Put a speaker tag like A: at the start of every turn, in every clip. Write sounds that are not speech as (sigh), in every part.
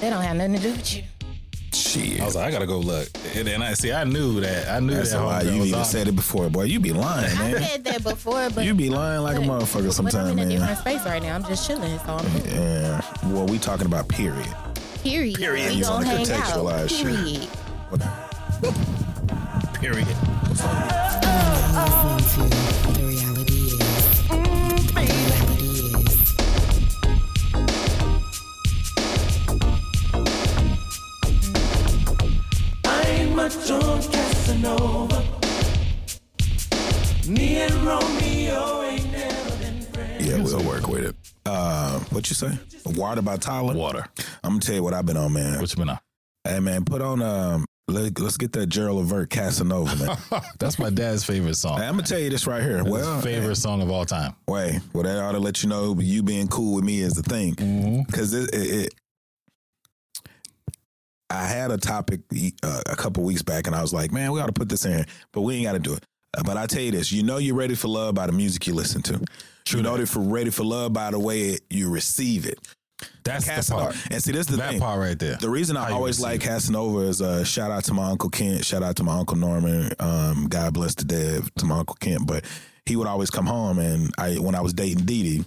A: That don't have nothing to do with you.
B: Shit.
C: I was like, I gotta go look. And then I see, I knew that. I knew
B: That's
C: that.
B: a lie.
C: homegirl
B: You
C: was
B: even
C: on
B: said it before, boy. (laughs) You be lying,
A: I
B: man.
A: said that before, but
B: You be lying like a
A: but-
B: motherfucker
A: But I'm
B: sometimes,
A: in a
B: man.
A: different space right now. I'm just chilling, so
B: (laughs)
A: I'm cool.
B: Yeah. Well, we talking about period.
A: period.
C: Period.
A: We
B: You
A: gonna
B: wanna
A: hang out.
B: contextualize shit.
A: Period.
B: What-
C: it, Period.
D: listening to The Reality Is. Reality Is.
E: I ain't much on Casanova. Me and Romeo ain't never been friends.
B: Yeah, we'll work with it. Uh, what you say? Water by Tyler.
C: Water.
B: I'm gonna tell you what I've been on, man.
C: Which one?
B: Hey, man, put on. Um, let, let's get that Gerald Levert Casanova,
C: (laughs)
B: man.
C: That's my dad's favorite song.
B: Hey, I'm gonna tell you this right here.
C: His
B: well,
C: favorite song of all time.
B: Wait, well, that ought to let you know you being cool with me is the thing.
C: Mm-hmm.
B: Because it, it, it, I had a topic uh, a couple weeks back, and I was like, man, we ought to put this in, but we ain't got to do it. Uh, But I tell you this, you know you're ready for love by the music you listen to. you know that for ready for love by the way you receive it.
C: That's the
B: Casanova.
C: part.
B: And see, this is the
C: That
B: thing.
C: part right there.
B: The reason I
C: How you
B: always
C: receive
B: like
C: it.
B: Casanova is uh, shout out to my uncle Kent, shout out to my uncle Norman. Um, God bless the dead to my uncle Kent, but he would always come home, and I when I was dating Dee Dee,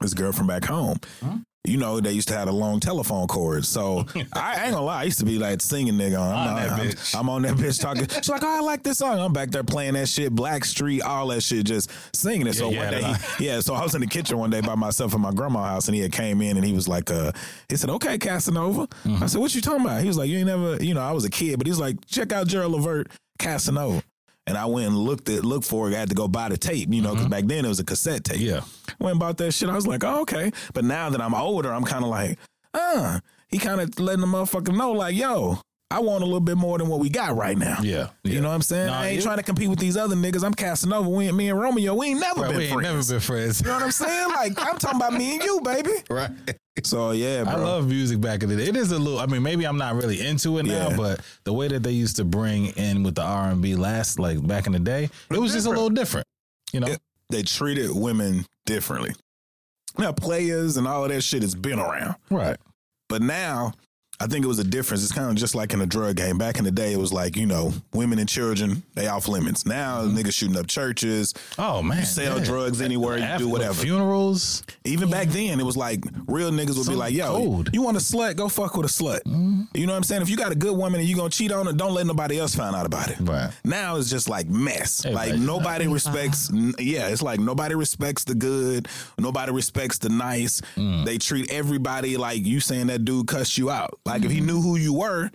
B: this girl from back home.
C: Hmm?
B: You know they used to have a long telephone cord,
C: (laughs)
B: so I, I ain't gonna lie. I used to be like singing nigga. I'm,
C: On that
B: I'm-
C: bitch.
B: (laughs) I'm on that bitch talking. She's like, oh, I like this song. I'm back there playing that shit, Black Street, all that shit, just singing it. so
C: Yeah,
B: one day,
C: yeah, nah.
B: he- yeah. So I was in the kitchen one day by myself in my grandma's house, and he had came in and he was like, uh, he said, okay, Casanova.
C: Mm-hmm.
B: I said, what you talking about? He was like, you ain't never, you know, I was a kid, but he's like, check out Gerald Levert, Casanova. And I went and looked at looked for it. I had to go buy the tape, you know, because back then it was a cassette tape.
C: Mm-hmm. Yeah.
B: Went and bought that shit. I was like, oh, okay. But now that I'm older, I'm kind of like, uh, he kind of letting the motherfucker know, like, yo, I want a little bit more than what we got right now.
C: Yeah, yeah.
B: You know what I'm saying?
C: Nah,
B: I ain't
C: it-
B: trying to compete with these other niggas. I'm Casanova. We, ain't- me and Romeo, we ain't never
C: Bro,
B: been
C: we ain't
B: friends.
C: never been friends.
B: You know what I'm saying? Like, I'm talking about me and you, baby.
C: (laughs) right.
B: So, yeah, bro.
C: I love music back in the day. It is a little. I mean, maybe I'm not really into it now,
B: Yeah.
C: but the way that they used to bring in with the R and B last, like back in the day, it was just a little different. You know,
B: Yeah. they treated women differently. Now, players and all of that shit has been around.
C: right?
B: But now, I think it was a difference. It's kind of just like in the drug game. Back in the day, it was like, you know, women and children, they off limits. Now, niggas shooting up churches,
C: Oh man,
B: you sell
C: Mm-hmm. yeah.
B: drugs anywhere, you
C: After
B: do
C: the
B: whatever.
C: Funerals.
B: Even back
C: Mm-hmm.
B: then, it was like real niggas would be
C: Some
B: like, yo,
C: code.
B: you want a slut? Go fuck with a slut.
C: Mm-hmm.
B: You know what I'm saying? If you got a good woman and you going to cheat on her, don't let nobody else find out about it.
C: Right.
B: Now it's just like mess.
C: Everybody's
B: like
C: just
B: nobody respects, n- yeah, it's like nobody respects the good. Nobody respects the nice.
C: Mm.
B: They treat everybody like you saying that dude cussed you out. Like if he
C: Mm-hmm.
B: knew who you were,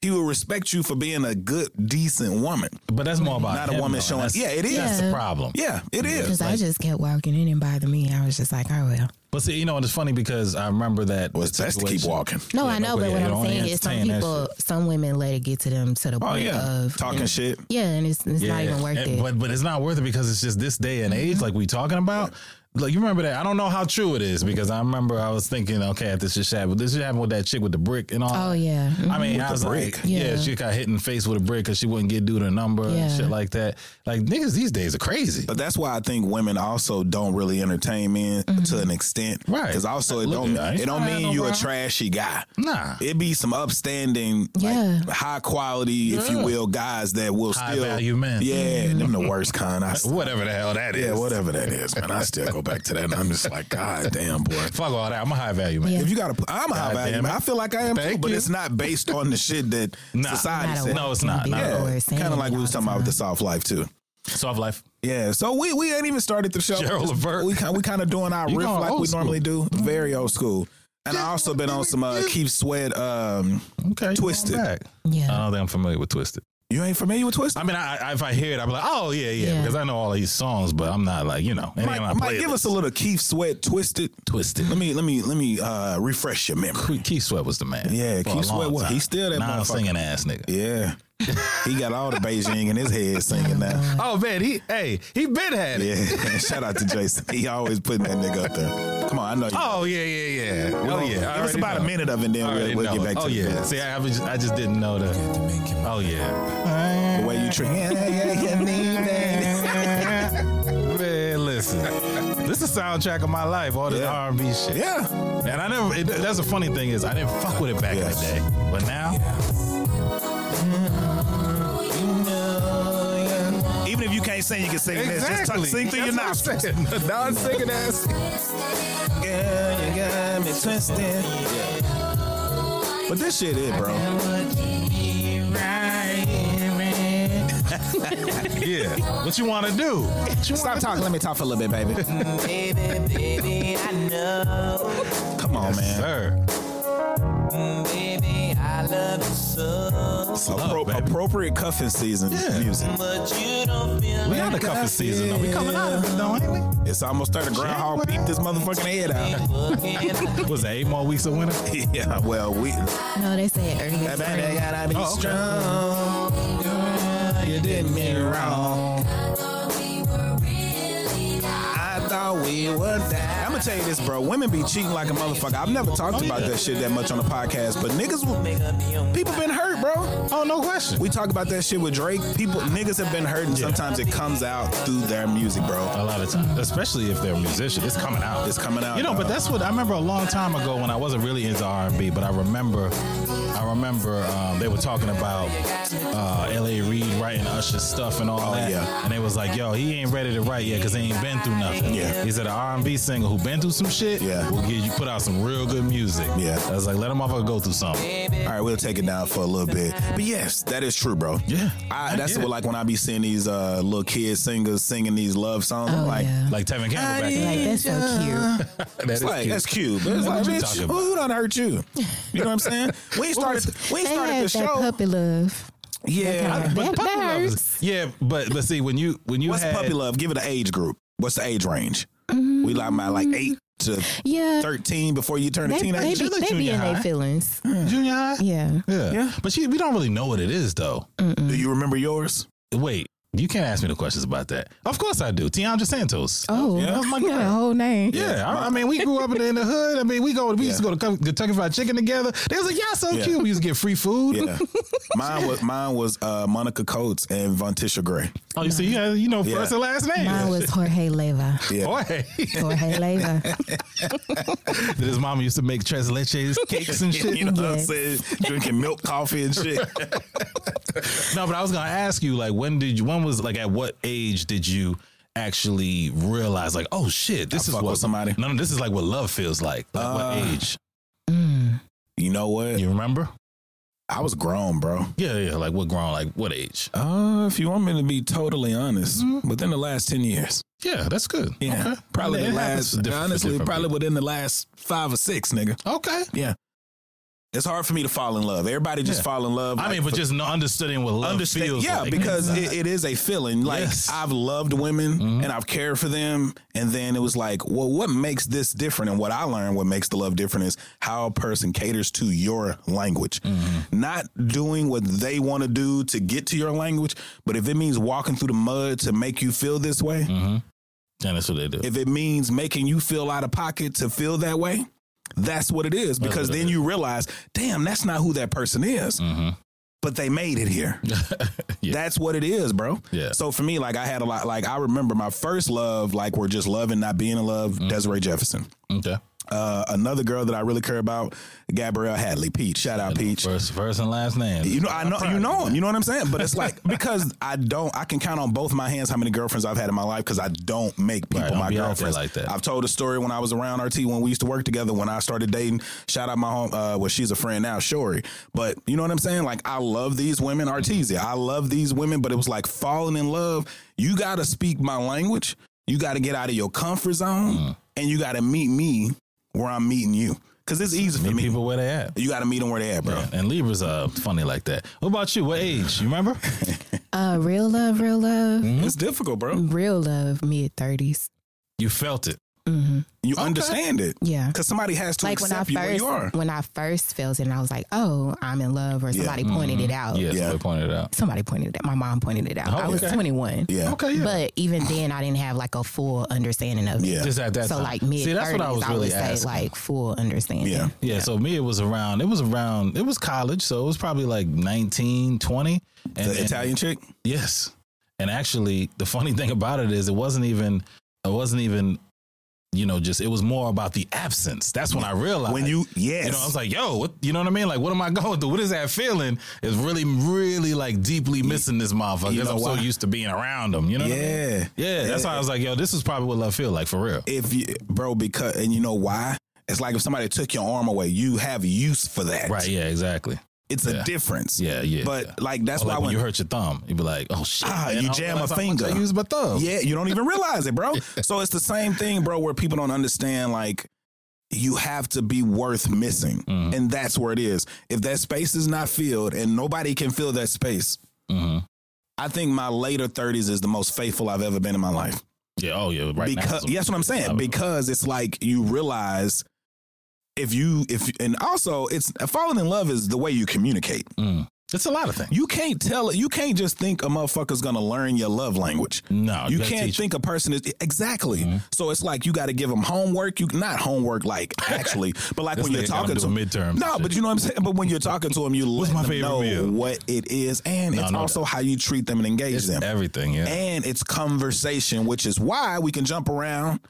B: he would respect you for being a good, decent woman.
C: But that's more about
B: Not a
C: him,
B: woman
C: though.
B: showing-
C: That's-
B: yeah, it is.
C: That's the
A: Yeah.
C: problem.
B: Yeah, it is.
A: Because I just kept walking. It didn't bother me. I was just like, oh, well.
C: But see, you know, and it's funny because I remember that.
B: Well, it's best to keep
C: situation.
B: walking.
A: No,
C: Yeah,
A: I know,
C: nobody-
A: but what
C: they
A: I'm
C: don't
A: saying is some
C: entertain that
A: people, some women let it get to them to the
B: Oh,
A: point
B: yeah.
A: of
B: Talking shit.
A: Yeah, and it's, it's not even worth
C: and-
A: it. Mm-hmm.
C: But but it's not worth it because it's just this day and age, like we talking about. Like you remember that? I don't know how true it is because I remember I was thinking, okay, if this shit happened, this shit happened with that chick with the brick and all.
A: oh
C: that.
A: yeah,
C: I mean, I was
B: brick.
C: like, yeah.
A: Yeah.
C: she got hit in the face with a brick because she wouldn't get due the number and
A: Yeah.
C: shit like that. Like niggas these days are crazy.
B: But that's why I think women also don't really entertain men to an extent,
C: Right.
B: Because also it
C: Look
B: don't
C: at- I ain't
B: it don't
C: trying to have
B: mean
C: Mm-hmm. no
B: you a
C: problem.
B: trashy guy.
C: nah,
B: It be some upstanding,
A: Yeah.
B: like high quality, if you
C: Yeah.
B: will, guys that will
C: High
B: still
C: value men.
B: Yeah,
A: Mm-hmm.
B: them the worst kind.
C: (laughs)
B: I, s-
C: whatever the hell that is.
B: yeah, whatever that is, man. I still go back to that, and I'm just like, God damn, boy.
C: Fuck all that. I'm a high value man.
A: Yeah.
B: If you got a, I'm a high
C: God
B: value.
C: damn
B: man.
C: it.
B: I feel like I am too,
C: Thank
B: but
C: you.
B: it's not based on the shit that
C: (laughs) Nah.
B: society
A: Not a
B: said.
C: No, it's not. Not at all.
A: Or saying
B: Kind of like
A: it
B: we was
A: all
B: talking
A: the
B: about with the
A: time.
B: soft life too.
C: Soft life.
B: Yeah, so we we ain't even started the show.
C: Gerald Levert.
B: Oh, We kind we kind of doing our
C: (laughs) You
B: riff
C: going
B: like
C: old
B: we
C: school.
B: normally do, very old school. And I also been on some uh, Keith Sweat. Um,
C: Okay, you going
B: Twisted.
C: back. I
B: Uh,
A: Yeah,
C: don't think I'm familiar with Twisted.
B: you ain't familiar with Twist?
C: I mean, I, I, if I hear it, I'm like, oh yeah, yeah,
A: Yeah.
C: because I know all of these songs, but I'm not like you know. any of my
B: Mike, Mike, give
C: playlists.
B: us a little Keith Sweat twisted.
C: Twisted.
B: Let me let me let me uh, refresh your memory.
C: Keith- Keith Sweat was the man.
B: Yeah,
C: for a
B: Keith
C: long
B: Sweat was-
C: time.
B: he's still that
C: non
B: motherfucker.
C: singing ass nigga.
B: Yeah, he got all the Beijing in his head singing now.
C: Oh man, he hey he been had it.
B: Yeah, (laughs) shout out to Jason. He always putting that nigga up there. Come on, I know. you.
C: Oh yeah, yeah, yeah. Oh yeah. I
B: give us
C: already
B: about
C: know.
B: a minute of it, and
C: I
B: then
C: already
B: we'll, we'll
C: know.
B: get back
C: oh
B: to
C: yeah.
B: the,
C: See, I was I just didn't know the. Oh yeah. (laughs)
B: the way you treat. Yeah, yeah, yeah, yeah.
C: Man, listen. This This is a soundtrack of my life. All this
B: Yeah.
C: R and B shit.
B: Yeah.
C: And I never. It, that's the funny thing is I didn't fuck with it back
B: Yes.
C: in the day, but now.
B: Even if you can't sing, you can sing this. Just talk, sing through your
C: That's
B: nostrils.
C: what I'm
B: Non
C: (laughs) saying.
B: singing ass. Girl, you got me twisted. But this shit it, bro.
C: yeah. What you want to do?
B: Stop talking. Let me talk for a little bit, baby. baby, baby, I know. Come on, man.
C: Sir.
B: It's appro-
C: baby.
B: appropriate cuffing season
C: Yeah.
B: music.
C: We out of cuffing season though. We coming out of it though, ain't we?
B: It's almost started. Groundhog peep this motherfucking head out.
C: Was that eight more weeks of winter?
B: (laughs) yeah, well, we.
A: No, they said earlier.
B: I
A: spring.
B: better gotta be
C: Oh, okay.
B: strong. Girl, you did me wrong. I thought we were that. I'm gonna tell you this, bro. Women be cheating like a motherfucker. I've never talked about that shit that much on the podcast, but niggas, will- people been hurt, bro.
C: Oh, no question.
B: We talk about that shit with Drake. People, niggas have been hurt, and sometimes it comes out through their music, bro.
C: A lot of times, especially if they're a musician, it's coming out.
B: It's coming out.
C: You know,
B: dog.
C: but that's what I remember a long time ago when I wasn't really into R and B, but I remember, I remember um, they were talking about uh, L.A. Reid writing Usher's stuff and all
B: Oh,
C: that,
B: yeah.
C: and they was like, "Yo, he ain't ready to write yet because he ain't been through nothing."
B: Yeah.
C: he said an R and B singer who been through some shit.
B: Yeah.
C: will get you put out some real good music.
B: Yeah.
C: I was like, let a motherfucker go through something.
B: All right, we'll take it down for a little bit. But yes, that is true, bro.
C: Yeah,
B: I,
C: I
B: that's
C: get
B: what
C: it.
B: like when I be seeing these uh, litlittle kids singers singing these love songs. I'm
A: Oh,
B: like,
A: yeah.
C: Like Tevin Campbell back
A: Like,
C: then.
A: that's so cute.
C: That
B: it's
C: is
B: like
C: cute.
B: that's cute. But it's like,
C: What you
B: bitch,
C: talking
B: who
C: about?
B: done hurt you? You know what I'm
C: (laughs)
B: saying? We ain't started. We ain't
A: They
B: started
A: had
B: the
A: that
B: show.
A: puppy love.
B: yeah.
A: That-
B: I-
A: that
C: Puppy Love is-
A: hurts.
C: Yeah, but but see when you when you
B: What's
C: had
B: puppy love? Give it an age group. What's the age range?
A: Mm-hmm.
B: We like my like eight to
A: (laughs) Yeah.
B: thirteen before you turn
A: They,
B: a
A: they,
B: teenager.
A: be,
C: She's like
A: they be
C: junior
A: in their
C: high. Mm-hmm.
A: feelings.
C: junior high,
A: Yeah.
C: Mm. Yeah.
B: Yeah.
C: But she, we don't really know what it is, though.
A: Mm.
B: Do you remember yours?
C: Wait, you can't ask me the questions about that. Of course I do. Tiandra Santos.
A: Oh, (laughs)
B: Yeah.
A: my God. whole name.
C: Yeah, I, I mean, we grew up in the, in the hood. I mean, we go. We used to go to Ken- Kentucky Fried Chicken together. They was like, "Y'all so
B: Yeah.
C: cute." We used to get free food.
A: (laughs)
B: Yeah. mine was mine was uh, Monica Coates and Vontisha Gray.
C: Oh, you see, yeah, you know,
B: Yeah.
C: first and last name.
A: Mine
C: (laughs)
A: was Jorge Leva.
B: Yeah.
C: Boy,
A: Jorge Leva.
C: (laughs) his mama used to make tres leches, cakes, (laughs) and shit.
B: (laughs) you know what I'm
A: Yes.
B: saying? Drinking milk, coffee, and
C: (laughs)
B: shit.
C: No, but I was gonna ask you, like, when did you? When was like, at what age did you actually realize, like, oh shit, this is
B: fuck
C: what
B: with somebody. Uh,
C: No, no, this is like what love feels like. Like, what age?
A: Mm.
B: You know what?
C: You remember?
B: I was grown, bro.
C: Yeah, yeah. Like, what grown? Like, what age?
B: Uh, if you want me to be totally honest, within the last ten years,
C: Yeah, that's good.
B: yeah,
C: Mm-hmm. Okay.
B: probably
C: It
B: the
C: happens to
B: last.
C: different-
B: Honestly,
C: different
B: probably
C: people.
B: within the last five or six, nigga.
C: Okay.
B: It's hard for me to fall in love. Everybody just
C: Yeah.
B: fall in love.
C: I
B: like,
C: mean, but
B: for-
C: just no understanding what love
B: understand.
C: feels
B: yeah,
C: like.
B: because it,
C: (laughs)
B: it is a feeling. Like
C: Yes. Mm-hmm.
B: I've loved women and I've cared for them, and then it was like, well, what makes this different? And what I learned, what makes the love different, is how a person caters to your language,
C: Mm-hmm.
B: not doing what they want to do to get to your language, but if it means walking through the mud to make you feel this way,
C: and Mm-hmm. that's what they do.
B: if it means making you feel out of pocket to feel that way. That's what it is because
C: what it
B: then you realize, damn, that's not who that person is.
C: Mm-hmm.
B: But they made it here.
C: (laughs) yeah.
B: That's what it is, bro.
C: Yeah.
B: So for me, like I had a lot. Like I remember my first love, like we're just loving, not being in love.
C: Mm-hmm.
B: Desiree Jefferson.
C: okay.
B: Uh, another girl that I really care about, Gabrielle Hadley. Peach. Shout out, Peach.
C: First, first and last name.
B: You know, I know you know him. You know what I'm saying? But
C: (laughs)
B: it's like because I don't, I can count on both my hands how many girlfriends I've had in my life because I don't make people
C: Right, don't
B: my
C: be out there
B: girlfriends.
C: like that.
B: I've told a story when I was around RT when we used to work together. When I started dating, shout out my home. Uh, well, she's a friend now, Shori. But you know what I'm saying? Like I love these women, Artesia. I love these women, but it was like falling in love. You got to speak my language. You got to get out of your comfort zone,
C: Uh-huh.
B: and you got to meet me where I'm meeting you. Because it's easy for
C: Meet
B: me.
C: people where they at.
B: You got to meet them where they at, bro.
C: Yeah. And Libras are funny like that. What about you? What age? You remember?
A: Uh, real love, real love.
B: It's difficult, bro.
A: Real love, mid 30s.
C: (laughs) You felt it.
B: You understand it.
A: Yeah.
B: Because somebody has to
A: Like when I
B: accept you where
A: first
B: you are.
A: when I first felt it and I was like, oh, I'm in love or somebody pointed it out.
C: Mm-hmm. Yeah,
B: Yeah.
C: yeah. pointed it out.
A: Somebody pointed it out. My mom pointed it out.
C: Oh,
A: I was
C: okay.
A: 21.
B: Yeah.
C: Okay, yeah.
A: But even then, I didn't have like a full understanding of it.
B: Yeah.
C: Just at that
A: So
C: time.
A: like mid
C: See, that's
A: thirties,
C: what
A: I,
C: I was really
A: would say
C: asking.
A: like full understanding.
B: Yeah.
C: Yeah, so me, it was around, it was around, it was college, so it was probably like 19, 20. And,
B: The
C: and-
B: Italian chick?
C: (laughs) yes. And actually, the funny thing about it is it wasn't even, it wasn't even you know, just it was more about the absence. That's when I realized
B: When you-
C: you know,
B: yes.
C: I was like, yo, what, you know what I mean? Like, what am I (laughs) going through? What is that feeling? Is really, really like deeply missing this motherfucker
B: You
C: because
B: know
C: I'm
B: why?
C: so used to being around him. You know? What I mean?
B: Yeah.
C: Yeah, that's why I was like, yo, this is probably what love feel like for real.
B: if you, bro, because and you know why? It's like if somebody took your arm away, you have use for that.
C: Right? Yeah, exactly.
B: It's a difference.
C: Yeah, yeah,
B: But
C: yeah.
B: like that's
C: Or
B: why
C: like when
B: when
C: you hurt your thumb, you'd be like, oh shit,
B: Ah,
C: man,
B: you
C: I don't
B: jam
C: realize
B: a
C: how much I
B: finger.
C: use my thumb.
B: Yeah, you don't even realize it,
C: (laughs)
B: bro. So it's the same thing, bro, where people don't understand like you have to be worth missing.
C: Mm.
B: And that's where it is. If that space is not filled and nobody can fill that space,
C: Mhm.
B: I think my later 30s is the most faithful I've ever been in my life.
C: Yeah. Oh yeah. Right. now
B: because
C: it's a-
B: yes, what I'm
C: I
B: saying.
C: would-
B: Because it's like you realize if you if and also it's falling in love is the way you communicate.
C: Mm. it's a lot of things.
B: You can't tell you can't just think a motherfucker's gonna learn your love language.
C: No,
B: you
C: gotta
B: can't
C: teach- Mm-hmm.
B: think a person is exactly. So it's like you got to give them homework. You not homework
C: (laughs)
B: like actually, but like
C: This
B: when you're
C: nigga got
B: talking
C: him
B: to 'em-
C: doing midterms
B: No, but
C: and shit.
B: you know what I'm saying. But when you're talking to them, you let
C: my
B: them
C: favorite
B: know
C: meal?
B: what it is, and
C: No, I
B: it's
C: know
B: also
C: that.
B: how you treat them and engage
C: It's
B: them,
C: everything. Yeah.
B: and it's conversation, which is why we can jump around.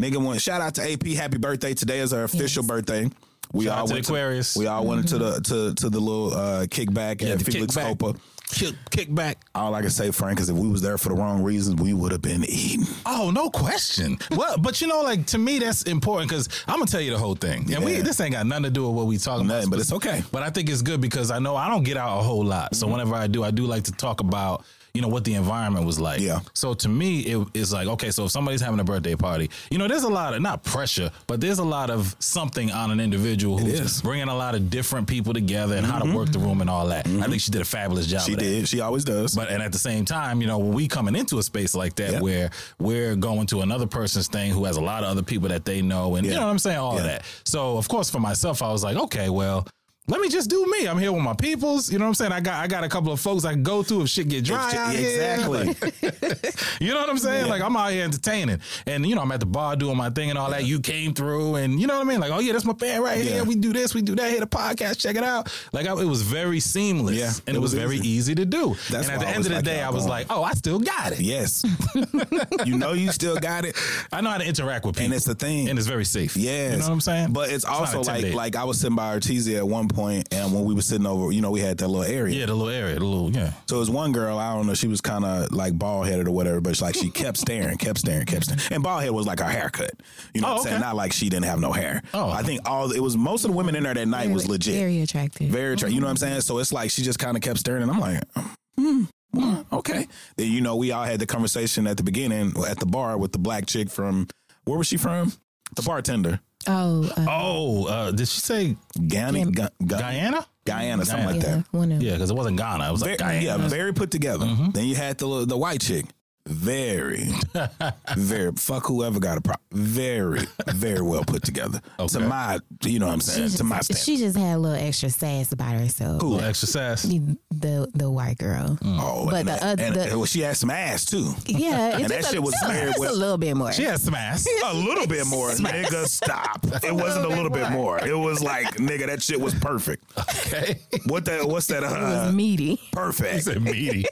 B: Nigga, one shout out to AP. Happy birthday! Today is her official birthday. We
C: Shout out
B: all
C: to
B: went
C: Aquarius. Mm-hmm.
B: we all went to the to to the little uh, kickback
C: Yeah,
B: at
C: the
B: Felix
C: kickback.
B: Copa.
C: kick, kick back.
B: All I can say, Frank, is if we was there for the wrong reasons, we would have been eaten.
C: Oh, no question. (laughs) well, but you know, like to me, that's important because I'm gonna tell you the whole thing. And we
B: Yeah.
C: this ain't got nothing to do with what we talking
B: Nothing,
C: about,
B: but it's okay. Mm-hmm.
C: But I think it's good because I know I don't get out a whole lot. So whenever I do, I do like to talk about you know what the environment was like.
B: Yeah.
C: So to me, it is like okay. So if somebody's having a birthday party, you know, there's a lot of not pressure, but there's a lot of something on an individual
B: is. Mm-hmm.
C: who's bringing a lot of different people together and how to work the room and all that. I think she did a fabulous job.
B: She
C: of that.
B: did. She always does.
C: But and at the same time, you know, when we coming into a space like that
B: Yeah.
C: where we're going to another person's thing who has a lot of other people that they know and
B: Yeah.
C: you know what I'm saying? All
B: Yeah.
C: that. So of course for myself, I was like, okay, well, let me just do me. I'm here with my peoples. You know what I'm saying? I got I got a couple of folks I can go through if shit get dry.
B: It's ju-
C: out here.
B: exactly.
C: Like, you know what I'm saying? Like I'm out here entertaining, and you know I'm at the bar doing my thing and all that. You came through, and you know what I mean? Like, oh yeah, that's my fan right
B: Yeah.
C: here. We do this, we do that. Hit a podcast, check it out. Like I, it was very seamless,
B: Yeah, it
C: and it
B: was
C: was, very
B: easy.
C: easy to do.
B: That's
C: and
B: why
C: at the
B: I
C: end
B: was
C: of the
B: like
C: day,
B: y'all
C: I was
B: going.
C: like, oh, I still got
B: (laughs)
C: it. (laughs)
B: yes. you know you still got it.
C: I know how to interact with people,
B: And it's the thing.
C: and it's very safe.
B: Yes.
C: you know what I'm saying?
B: But it's
C: not
B: also like
C: intimidating.
B: like I was sitting by Artesia at one point and when we were sitting over, you know, we had that little area.
C: yeah, the little area, the little yeah.
B: So it was one girl, I don't know, she was kind of like bald headed or whatever, but she, like she kept staring, kept staring, kept staring. And bald head was like her haircut. You know
C: Oh,
B: what I'm saying?
C: okay.
B: Not like she didn't have no hair.
C: Oh.
B: I think all it was most of the women in there that night was legit.
A: Very attractive.
B: Very attractive. You know what I'm saying? So it's like she just kind of kept staring, and I'm like, hmm, well, okay. Then you know, we all had the conversation at the beginning at the bar with the black chick from where was she from? The bartender,
A: oh, uh,
C: Oh, uh, did she say
B: Guyana, Gu- Gu-
C: Guyana?
B: Guyana, something like
A: yeah,
B: that.
A: one of
C: Yeah, because it wasn't Ghana. It was
B: Very,
C: like Guyana.
B: yeah, very put together. Then you had the little- the white chick. (laughs) Very, very fuck whoever got a problem. Very, very well put (laughs) together. To
C: Okay.
B: my, you know what I'm
A: She
B: saying.
A: just,
B: To my standard.
A: she just had a little extra sass about herself.
C: Little extra sass.
A: The the, the white girl.
B: oh,
A: But
B: and,
A: the other-
B: and-
A: the-
B: and, well, she had some ass too.
A: Yeah,
B: (laughs) And that
A: just a-
B: shit was
A: just a-
B: married
A: just
B: with-
A: a little bit more.
C: She
B: (laughs)
C: had smash.
B: A little bit more, nigga. Stop. It wasn't a little bit more. It was like, nigga, that shit was perfect.
C: Okay, (laughs)
B: What that? What's that?
A: It was
B: Uh,
A: meaty.
B: perfect.
C: said meaty.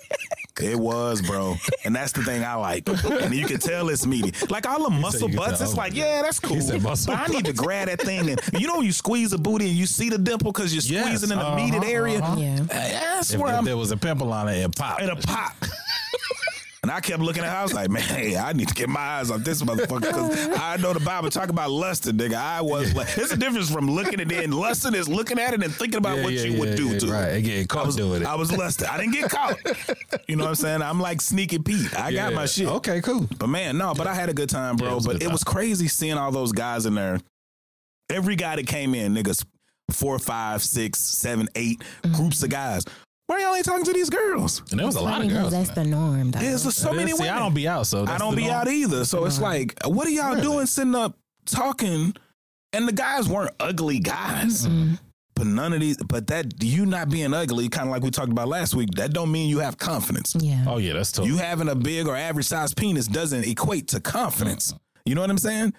B: It was, bro. And that's the thing I like. And you can tell it's meaty. Like all the muscle
C: you can
B: butts,
C: tell.
B: it's like, yeah, that's cool.
C: said muscle
B: But I need to grab that thing. And you know, when you squeeze a booty and you see the dimple because you're
C: Yes,
B: squeezing in the
C: uh-huh,
B: meated area.
C: uh-huh.
A: Yeah.
B: That's
C: If,
B: where
C: if
B: I'm
C: there was a pimple on it, it popped.
B: in a pop. And I kept looking at her. I was like, man, hey, I need to get my eyes off this motherfucker because I know the Bible talk about lusting, nigga. I was like, there's a difference from looking at it and lusting is looking at it and thinking about what you would do to it.
C: Right, and getting caught
B: I was,
C: doing it.
B: I was lusting. I didn't get caught. You know what I'm saying? I'm like sneaky Pete. I got my shit.
C: Okay, cool.
B: But man, no, but I had a good time, bro.
C: Yeah, it was a
B: but
C: good
B: it
C: time.
B: was crazy seeing all those guys in there. Every guy that came in, niggas, four, five, six, seven, eight
C: Mm-hmm.
B: groups of guys. Why y'all ain't talking to these girls?
C: And there was a lot of girls.
A: That's the norm, though.
B: There's so
C: That
B: many
C: is- see,
B: women.
C: I don't be out, so
B: I
C: that's
B: don't
C: the
B: be
C: norm.
B: out either. So it's like, what are y'all
C: Really?
B: doing sitting up talking? And the guys weren't ugly guys.
C: Mm-hmm.
A: Mm,
B: But none of these, but that you not being ugly, kind of like we talked about last week, that don't mean you have confidence.
A: yeah.
C: Oh yeah, that's total. Mm-hmm.
B: You having a big or average sized penis doesn't equate to confidence. You know what I'm saying?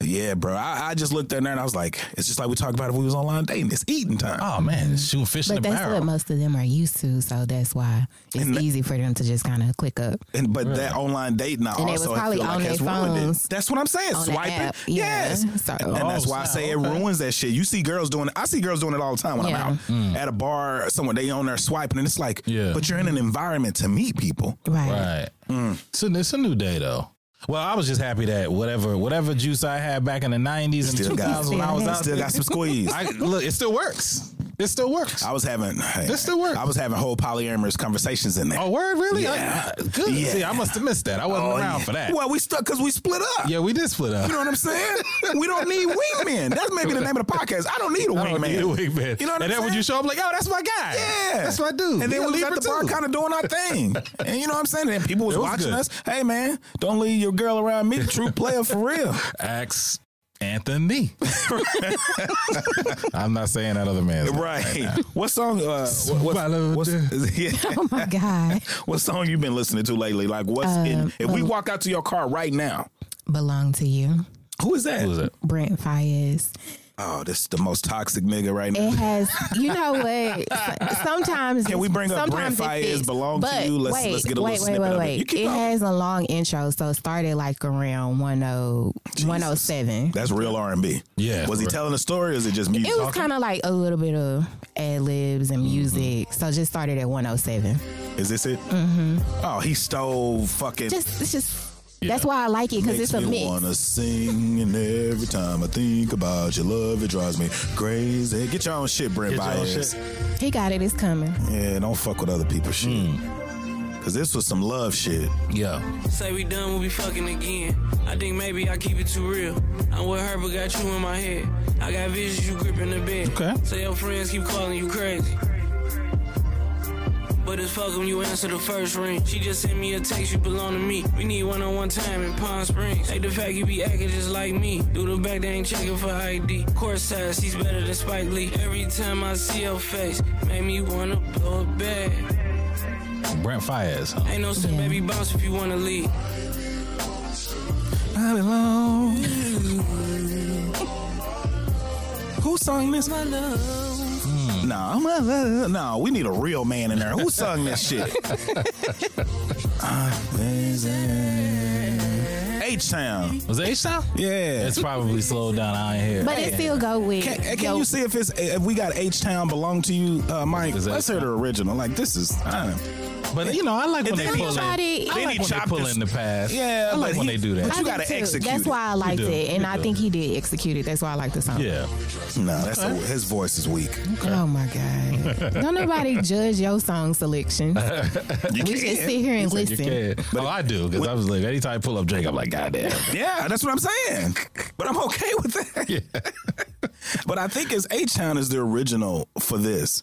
B: Yeah, bro. I, I just looked at her and I was like, it's just like we talked about if we was online dating. It's eating time.
C: Oh man, shoot fish in
A: But
C: the
A: that's what
C: barrel.
A: most of them are used to, so that's why it's
B: And-
A: easy for them to just kind of click up.
B: And but that online dating, I
A: And they was
B: also
A: probably
B: feel
A: on
B: like
A: their
B: has ruined
A: phones,
B: it. That's what I'm saying.
A: on the
B: Swiping,
A: app, yeah.
B: yes.
A: So-
B: And, and
C: Oh,
B: that's why I
C: snap,
B: say
C: okay.
B: it ruins that shit. You see girls doing. I see girls doing it all the time when
A: Yeah.
B: I'm out at a bar or somewhere. They on there swiping, and it's like,
C: Mm. Yeah.
B: But you're in an environment to
A: (laughs)
B: meet people.
A: Right.
C: Right.
B: Mm.
C: So it's a new day though. Well, I was just happy that whatever whatever juice I had back in the nineties and
B: Still
C: two
B: got,
C: thousands when I was out
B: still
C: there,
B: got some
C: (laughs)
B: squeeze.
C: I, look, it still works. It still works.
B: I was having. Hey,
C: This still works.
B: I was having whole polyamorous conversations in there.
C: oh, word really?
B: Yeah.
C: I, I- good.
B: Yeah.
C: See, I must have missed that. I wasn't
B: Oh,
C: around
B: yeah.
C: for that.
B: Well, we stuck because we split up.
C: Yeah, we did split up.
B: You know what I'm saying? we don't need wingmen. That's maybe the name of the podcast. I don't need a
C: I don't
B: wingman.
C: need a wingman.
B: You know what
C: and
B: I'm
C: then when
B: saying?
C: you show up, like, oh, that's my guy.
B: Yeah,
C: that's my dude.
B: And then
C: Yeah,
B: we was at
C: Libra
B: the bar,
C: too.
B: kind of doing our
C: (laughs)
B: thing. and you know what I'm saying? And people was,
C: It was
B: watching
C: good.
B: us. Hey man, don't leave your girl around me. True player for real.
C: Axe Anthony. (laughs) I'm not saying that other man's name.
B: right. (laughs) What song? Uh, what,
C: Swallow
B: what's, what's, yeah.
C: (laughs)
A: Oh my
B: (laughs)
A: God.
B: what song you been listening to lately? Like what's in?
A: Um,
B: If we
A: well-
B: walk out to your car right now,
A: Belong to you.
B: who is that?
C: Who is it?
A: Brent Fayez.
B: Oh, this is the most toxic nigga right now.
A: It has, you know what? Sometimes
B: Can we bring up Brent
A: sometimes it
B: Fayez,
A: fits,
B: Belong to
A: but
B: You? Let's-
A: wait,
B: let's get a
A: wait,
B: little
A: wait,
B: snippet
A: wait,
B: of it.
A: wait.
B: You keep
A: it
B: talking.
A: has a long intro, so it started like around oh, 10, 107.
B: (laughs) That's real R and B.
C: Yeah,
B: Was he
C: for real.
B: telling a story? or Is it just music?
A: It was kind of like a little bit of ad libs
B: Mm-hmm.
A: and music, so just started at 107.
B: Is this it? Mm-hmm. Oh, he stole fucking.
A: Just, it's just.
C: Yeah.
A: That's why I like it because
B: Makes
A: it's a
B: me
A: mix.
B: wanna sing, and every time I think about your love, it drives me crazy. Get your own shit, Brent
C: Get your own
B: Baez.
C: shit.
A: He got it. It's coming.
B: Yeah, don't fuck with other people's shit.
C: Hmm.
B: Cause this was some love shit.
C: Yeah.
E: Say we done, we'll be fucking again. I think maybe I keep it too real. I'm with her, but got you in my head. I got visions, you gripping the bed.
C: Okay.
E: Say your friends keep calling you crazy. But it's fuck 'em, you answer the first ring. She just sent me a text, you belong to me. We need one on one time in Palm Springs. Hate the fact you be acting just like me. Do the back, they ain't checking for ID. Course size, she's better than Spike Lee. Every time I see her face, make me wanna blow it back.
C: Brent Fires, huh?
E: Ain't no sin,
A: Yeah.
E: baby, bounce if you wanna leave.
B: I belong. Who sung this? My love. Nah, my love. uh, Nah, we need a real man in there. Who sung this (laughs) shit? H Town.
C: Was it H Town?
B: Yeah.
C: It's probably slowed down out here.
A: But it still go with.
B: Can, can
A: yo,
B: you see if it's if we got H Town belong to you, uh, Mike?
C: Is that-
B: Let's hear the original. Like this is, I don't know.
C: But you know, I like when
B: And
C: they
B: then
A: he
C: pull in.
A: tried it.
C: I
A: Then
C: like
B: he
C: when they
B: chopped
C: pull
B: his-
C: in the past.
B: Yeah,
C: I like
B: but
C: when
B: he-
C: they do
B: but
C: that.
B: you
A: I
B: gotta
A: do too.
B: execute
A: That's
B: it.
A: why I liked
C: do.
A: it, and
C: You
A: I
C: do.
A: think he did execute it. That's why I like the song.
C: Yeah.
B: No, that's the, his voice is weak.
A: Oh my god! Don't nobody judge your song selection.
B: You
A: We
B: can't.
A: just sit here and
C: You
A: listen.
C: can. But I do because I was like, anytime I pull up Drake, I'm like, goddamn.
B: Yeah, that's what I'm saying. But I'm okay with that. (laughs) but I think it's H Town is the original for this.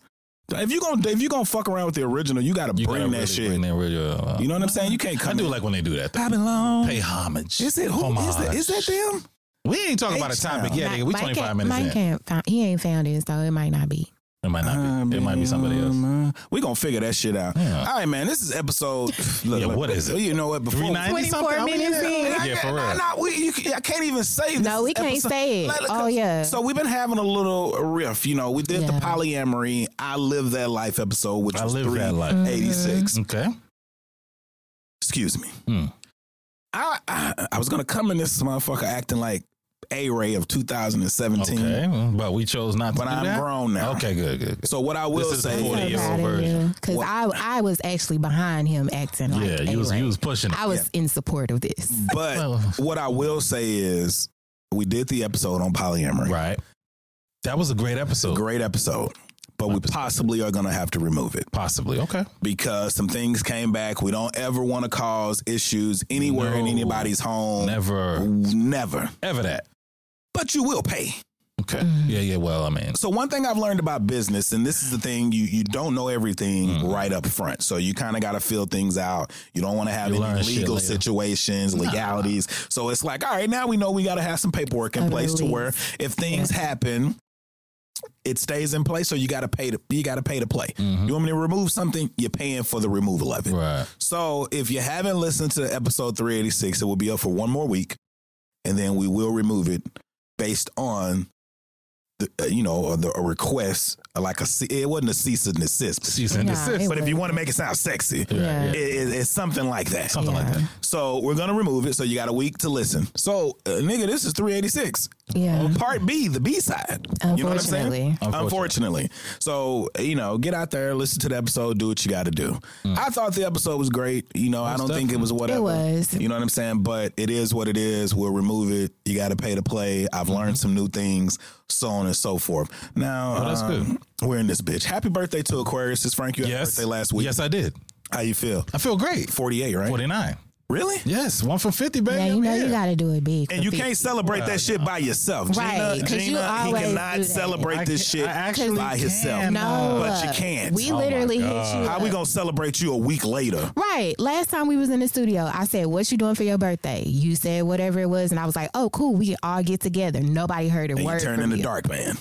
B: If you gonna if you gonna fuck around with the original, you gotta
C: You
B: bring
C: gotta
B: that
C: really
B: shit.
C: Bring that real, uh,
B: you know what I'm saying? You can't
C: I
B: come.
C: do
B: in-
C: like when they do that. Though.
B: I belong.
C: Pay homage.
B: Is it who is that?
C: Homage.
B: Is that them?
C: We ain't talking about a
B: H-Town.
C: topic yet.
A: Mike-
C: nigga. We
A: Mike
C: 25
A: can't-
C: minutes
A: Mike
C: in.
A: can't find, he ain't found it, so it might not be.
C: It might not be. It might be somebody else.
B: Um, uh, We gonna figure that shit out.
C: Yeah.
B: All right, man. This is episode. Look,
C: (laughs) Yeah,
B: look,
C: what is it?
B: You know what? Before
C: 390 something? How many
A: minutes
C: is it?
A: in.
C: Yeah, for
B: Nah,
C: real.
B: nah, we, you, can- I can't even say.
A: No,
B: this
A: we can't
B: episode.
A: say it.
B: Like, look,
A: Oh,
B: 'cause-
A: yeah.
B: So we've been having a little riff. You know, we did the
A: Yeah.
B: polyamory. I live that life episode, which
C: I
B: was
C: live that life.
B: 386.
A: Mm-hmm.
C: Okay.
B: Excuse me.
C: Hmm.
B: I, I I was gonna come in this motherfucker acting like A Ray of 2017,
C: Okay. well, But we chose not to
B: but
C: do
B: I'm
C: that.
B: grown now.
C: Okay, good, good. good.
B: So what I will
C: is the
B: say,
C: 40
B: is,
C: year old version.
A: Because
B: What-
A: I I was actually behind him acting like
C: yeah, you was,
A: A-Ray.
C: you was pushing it.
A: I was in support of this.
B: but
C: Well-
B: what I will say is, we did the episode on polyamory.
C: Right. That was a great episode.
B: Great episode, but we possibly are gonna have to remove it.
C: Possibly. Okay.
B: because some things came back. We don't ever want to cause issues anywhere in
C: No.
B: anybody's home.
C: Never,
B: Never.
C: ever that.
B: But you will pay.
C: Okay. Yeah, yeah. Well, I mean,
B: So one thing I've learned about business, and this is the thing, you you don't know everything
C: Mm.
B: right up front. So you kind of got to feel things out. You don't want to have
C: You learn
B: any
C: shit
B: legal
C: later.
B: situations, legalities. So it's like, all right, now we know we got to have some paperwork in
A: A
B: place to
A: release.
B: where if things
A: Yeah.
B: happen, it stays in place. So you got to pay to you got to pay to play.
C: Mm-hmm.
B: You want me to remove something? You're paying for the removal of it.
C: right.
B: So if you haven't listened to episode 386, it will be up for one more week. and then we will remove it based on the uh, you know or the, a request like a ce- it wasn't a cease and desist,
C: Cease and
A: Nah,
C: desist.
A: it
B: but if you want to make it sound sexy,
A: Yeah.
B: it, it, it's something like that.
C: Something like that.
B: So we're gonna remove it. So you got a week to listen. So uh, nigga, this is 386.
A: Yeah.
B: Part B, the B side. You know what I'm saying?
A: Mm-hmm. Unfortunately.
B: Unfortunately. So you know, get out there, listen to the episode, do what you got to do. I thought the episode was great. You know, I don't think it was whatever.
A: Mm. It was.
B: You know what I'm saying? But it is what it is. We'll remove it. You got to pay to play.
A: Mm-hmm.
B: I've learned some new things, so on and so forth. Now
C: Oh, that's
B: um, we're in this bitch. Happy birthday to Aquarius. It's Frank. You had a
C: Yes.
B: birthday last week.
C: Yes, I did.
B: How you feel?
C: I feel great.
B: 48, right?
C: 49.
B: Really?
C: Yes, one for 50, baby.
A: Now you know
C: Yeah.
A: you got to do it big.
B: And you can't celebrate that shit by yourself.
A: Right,
B: Gina,
A: 'cause you
B: Gina he
A: always do
B: cannot
A: that.
B: celebrate
C: I
B: this
C: can-
B: shit
C: I actually
B: by
C: can,
B: himself.
A: No,
B: But you can't.
A: We
B: Oh my
A: literally hit you.
B: How
A: up.
B: we gonna celebrate you a week later?
A: Right. Last time we was in the studio, I said, "What you doing for your birthday?" You said whatever it was, and I was like, "Oh, cool. We all get together." Nobody heard a
B: And you
A: word.
B: turn
A: from
B: into
A: you.
B: dark man.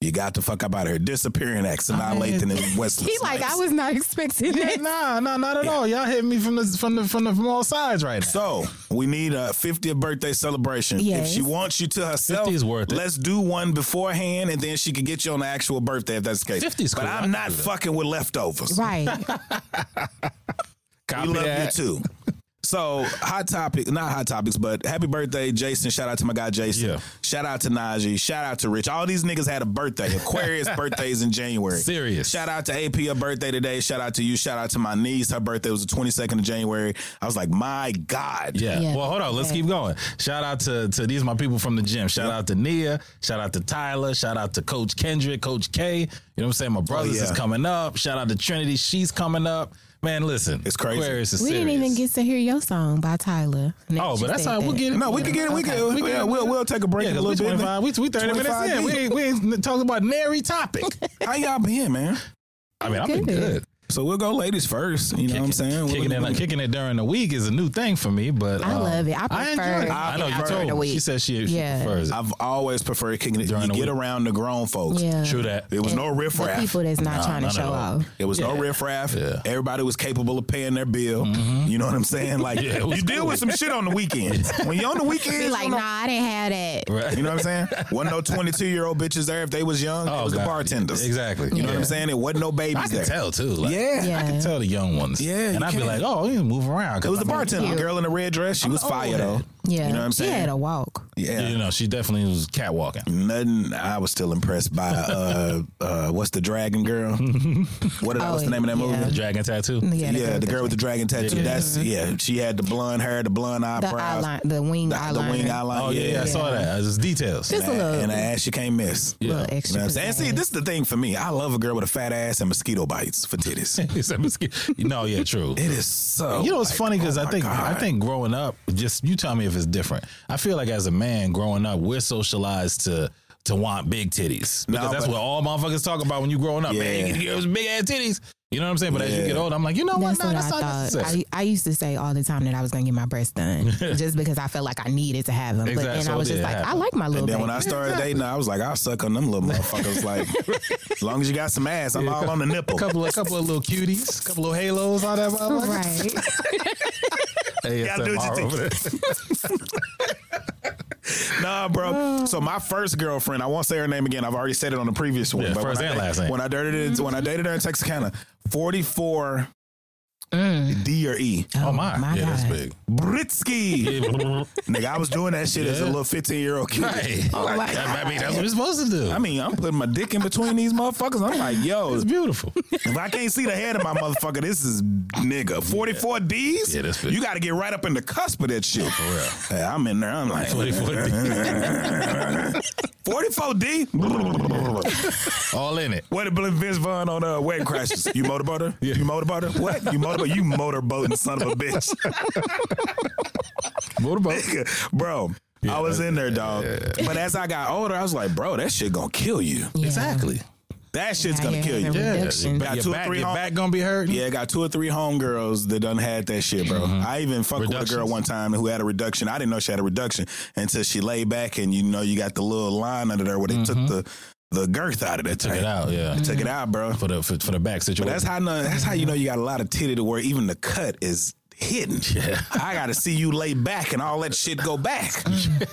B: You got the fuck up out of here. Disappearing acts,
C: I mean-
B: annihilating and Wesley.
A: He like, I was not (laughs) expecting
C: Yeah,
A: that.
C: nah, nah, not at all. Y'all hit me from the from the from the from all sides right now.
B: So we need a 50th birthday celebration.
A: Yes.
B: If she wants you to herself,
C: 50 is worth it.
B: let's do one beforehand, and then she can get you on the actual birthday if that's the case.
C: 50 is
B: but
C: cool. I
B: I'm
C: can
B: not
C: do that.
B: fucking with leftovers. (laughs)
A: Right.
C: Copy
B: We love
C: that.
B: you too. So hot topic, not hot topics, but happy birthday, Jason! Shout out to my guy Jason.
C: Yeah.
B: Shout out to Najee. Shout out to Rich. All these niggas had a birthday. Aquarius
C: (laughs)
B: birthdays in January.
C: Serious.
B: Shout out to AP, her birthday today. Shout out to you. Shout out to my niece. Her birthday was the twenty second of January. I was like, my God.
C: Yeah.
A: Yeah.
C: Well, hold on. Let's keep going. Shout out to to these my people from the gym. Shout out to Nia. Shout out to Tyler. Shout out to Coach Kendrick, Coach K. You know what I'm saying? My brothers
B: yeah.
C: is coming up. Shout out to Trinity. She's coming up. Man, listen,
B: It's crazy.
C: Aquarius is
A: we didn't
C: serious.
A: even get to hear your song by Tyler. Now
C: Oh,
A: that you
C: but that's
A: said
C: all right. We'll
A: that.
C: get it.
B: No, we can get it. We can.
C: Okay.
B: yeah, we'll we'll take a break
C: Yeah,
B: in a
C: 'cause we
B: little bit.
C: 25, we, we 30 minutes in.
B: 25
C: We
B: deep.
C: ain't, we ain't talking about nary (laughs) topic.
B: How y'all been, man?
C: I mean, I've been
A: Good.
C: good.
B: So we'll go ladies first. You know what I'm saying? We'll-
C: Kicking it, kicking it during the week is a new thing for me, but
A: I
C: um,
A: love it. I prefer
C: enjoy it. I know
A: kicking
C: you
A: it
C: told
A: during the
C: me. She
A: week.
C: said she, she
A: Yeah.
C: prefers it.
B: I've always preferred kicking it.
C: During
B: You
C: the
B: get
C: week.
B: around the grown folks.
A: Yeah.
C: True that.
B: There was no
A: the
B: riffraff.
A: people that's not trying to
C: none at
A: show
C: all.
A: off.
B: There was no riffraff.
C: Yeah. Mm-hmm.
B: Everybody was capable of paying their bill. You know what I'm saying? Like
C: (laughs) Yeah,
B: you
C: it was
B: deal with some shit on the
C: (laughs)
B: weekends. when you're on the
A: Be
B: weekends,
A: like,
B: you
A: nah,
B: know-
A: I didn't have that.
B: you
C: Right.
B: know what I'm saying? Wasn't no 22 year old bitches there. If they was young, it was
C: Oh, God.
B: the bartenders.
C: Exactly.
B: You know what I'm saying? It wasn't no babies
C: I can
B: there.
C: tell too. Like,
B: Yeah.
A: Yeah.
C: I can tell the young ones.
B: Yeah,
C: and
B: you
C: I'd be
B: can.
C: like, oh, you can move around.
B: It was the bartender.
A: Cute.
B: girl in the red dress. She was
C: an old
B: fire
C: head.
B: though.
A: Yeah.
B: You know what I'm
A: She
B: saying?
A: had a walk.
B: yeah.
C: You know, she definitely was catwalking.
B: Nothing. I was still impressed by
C: (laughs)
B: uh, uh, what's the dragon girl? what did I-
A: Oh,
B: what's the name of that
A: yeah.
B: movie?
C: The dragon tattoo.
A: Yeah.
B: Yeah, the girl with the dragon tattoo.
C: Yeah.
B: That's yeah. She had the blonde hair, the blonde
A: the
B: eyebrows,
A: eyeline, the wing
B: the,
A: eyeliner.
B: the wing eyeliner.
C: Oh yeah, I saw that. It's just details. (laughs)
A: Just a
B: And,
A: little,
B: and an ass you can't miss. You
A: little
B: know
A: extra.
B: what I'm saying? And see,
A: pizzazz.
B: this is the thing for me. I love a girl with a fat ass and mosquito bites for
C: (laughs)
B: titties. it
C: It's a mosquito. no, yeah, true.
B: is so.
C: You know, it's
B: like,
C: funny because
B: oh
C: I
B: my
C: think
B: God.
C: I think growing up, just you tell me if it's different. I feel like as a man growing up, we're socialized to to want big titties because
B: No,
C: that's
B: but-
C: what all motherfuckers talk about when you growing up. Man,
B: Yeah.
C: you get those big ass titties. You know what I'm saying? But as you
B: Yeah.
C: get older, I'm like, you know what?
A: Oh, That's
C: No,
A: what
C: that's not
A: I thought.
C: necessary.
A: I, I used to say all the time that I was going to get my breasts done just because I felt like I needed to have them.
C: Exact-
A: But then
C: so
A: I was
C: did
A: just like,
C: happen.
A: I like my little
B: And then when
A: baby.
B: I started dating, I was like, I'll suck on them
C: (laughs)
B: little motherfuckers. like, as long as you got some ass, I'm all on the
C: (laughs)
B: nipple.
C: A (laughs) couple of couple of
A: (laughs)
C: little cuties, couple of halos, all that. motherfucker. (laughs)
A: Right.
B: Gotta do what you
C: ASMR over there.
B: Nah, bro. So my first girlfriend, I won't say her name again. I've already said it on the previous one.
C: Yeah, first
B: when
C: and
B: I,
C: last name.
B: When I dated, when I dated her in Texarkana, forty four D or E.
C: Oh my, yeah, that's
A: God.
C: big. (laughs)
B: Britsky. Nigga, I was doing that shit as a
C: Yeah.
B: little 15 year old
A: (laughs)
B: kid.
C: Right.
B: I'm
A: Oh,
B: like,
C: I mean, that's what you're supposed to do.
B: I mean, I'm putting my dick in between these motherfuckers. I'm like, yo,
C: it's
A: (laughs)
C: beautiful.
B: if I can't see the head of my motherfucker, this is nigga. 44 D's?
C: Yeah, that's big.
B: You got to get right up in the cusp of that shit. For
C: real.
B: I'm in there. I'm like, (laughs) 44 D? (laughs)
C: all in it.
B: What did Bl- Vince Vaughn on uh, Wedding Crashes? You motorboater? You motorboater? What? You motorboat? You motorboating son of a bitch. (laughs)
C: Motorboat.
B: bro. I was in there, dog. But as I got older, I was like, bro, that shit gonna kill you.
A: Yeah.
C: Exactly.
B: That shit's
A: Yeah,
B: gonna
A: yeah,
B: kill you.
A: yeah.
C: Yeah.
A: Reduction.
B: Got
C: your
B: two or
C: back,
B: three
C: your
B: home-
C: back gonna be hurt.
B: Yeah, I got two or three homegirls that done had that shit, bro. I even fucked with a girl
C: Mm-hmm. Reductions.
B: one time who had a reduction. I didn't know she had a reduction until she laid back and you know you got the little line under there where they took the the girth out of that
C: Mm-hmm. Took
B: thing.
C: it out. Mm-hmm. Yeah.
B: Took it out, bro.
C: For the for, for the back situation.
B: But that's how no- that's how you know you got a lot of titty to where even the cut is
C: (laughs)
B: hidden. I gotta see you lay back and all that shit go
C: (laughs)
B: back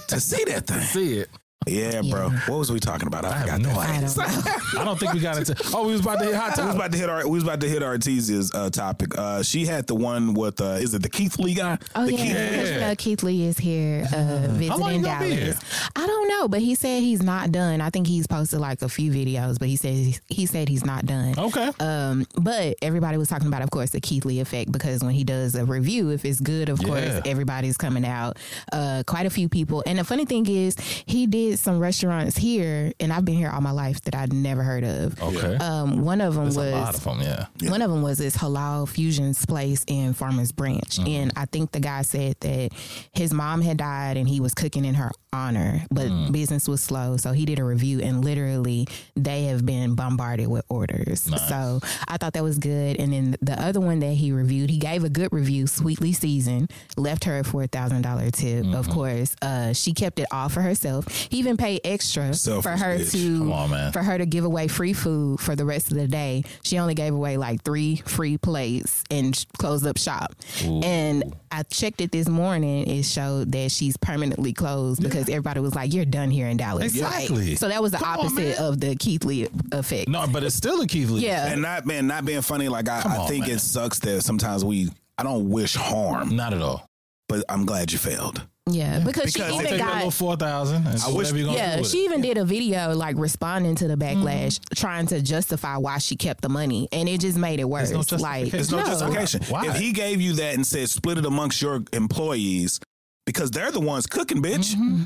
B: to see that thing.
C: See it.
B: Yeah, bro. What was we talking about? I,
C: have
B: forgot
C: no
B: that.
A: I don't know.
C: I don't think we got into. Oh, we was about to hit hot
B: We was
C: topic.
B: about to hit our we was about to hit Artesia's uh, topic. Uh, she had the one with uh, is it the Keith Lee guy?
A: Oh
B: the
A: yeah,
B: Keith,
A: because you
C: Yeah.
A: know Keith Lee is here uh,
C: long he
A: visiting
C: gonna be here?
A: Dallas. I don't know, but he said he's not done. I think he's posted like a few videos, but he says he said he's not done.
C: (laughs) Okay.
A: Um, but everybody was talking about, of course, the Keith Lee effect because when he does a review, if it's good, of
C: Yeah.
A: course, everybody's coming out. Uh, quite a few people. And the funny thing is, he did some restaurants here, and I've been here all my life that I'd never heard of.
C: Okay.
A: Um, one of them
C: That's Oh. a lot
A: was
C: of them. Yeah.
A: one of them was this halal fusions place in Farmers Branch,
B: Mm-hmm.
A: and I think the guy said that his mom had died and he was cooking in her honor, but
B: Mm.
A: business was slow, so he did a review, and literally they have been bombarded with orders. So I thought that was good. And then the other one that he reviewed, he gave a good review, sweetly seasoned, left her a four thousand dollar tip.
B: Mm-hmm.
A: Of course, uh, she kept it all for herself. He even paid extra for
B: Selfish
A: her
B: bitch.
A: to
C: Come on, man.
A: for her to give away free food for the rest of the day. She only gave away like three free plates and sh- closed up shop. And I checked it this morning. It showed that she's permanently closed because everybody was like, "You're done here in Dallas." Like,
C: Exactly.
A: so that was the
C: Come on,
A: opposite of the Keith Lee effect.
C: No, but it's still a Keith Lee.
A: yeah.
B: and not man, not being funny. Like I, I
C: on,
B: think
C: man. Mm.
B: it sucks that sometimes we I don't wish harm,
C: Not at all.
B: but I'm glad you failed.
A: yeah, because,
B: Because
A: she
B: they
C: Take
A: even
C: that
A: got
C: little four thousand. I
B: wish-
C: Whatever you gonna do
A: Yeah,
C: with Mm-hmm.
A: she even did a video like responding to the backlash, trying to justify why she kept the money, and it just made it worse.
C: no
A: like,
C: justification.
B: There's no,
C: No.
B: justification.
C: Why?
B: If he gave you that and said split it amongst your employees because they're the ones cooking, bitch,
A: Mm-hmm.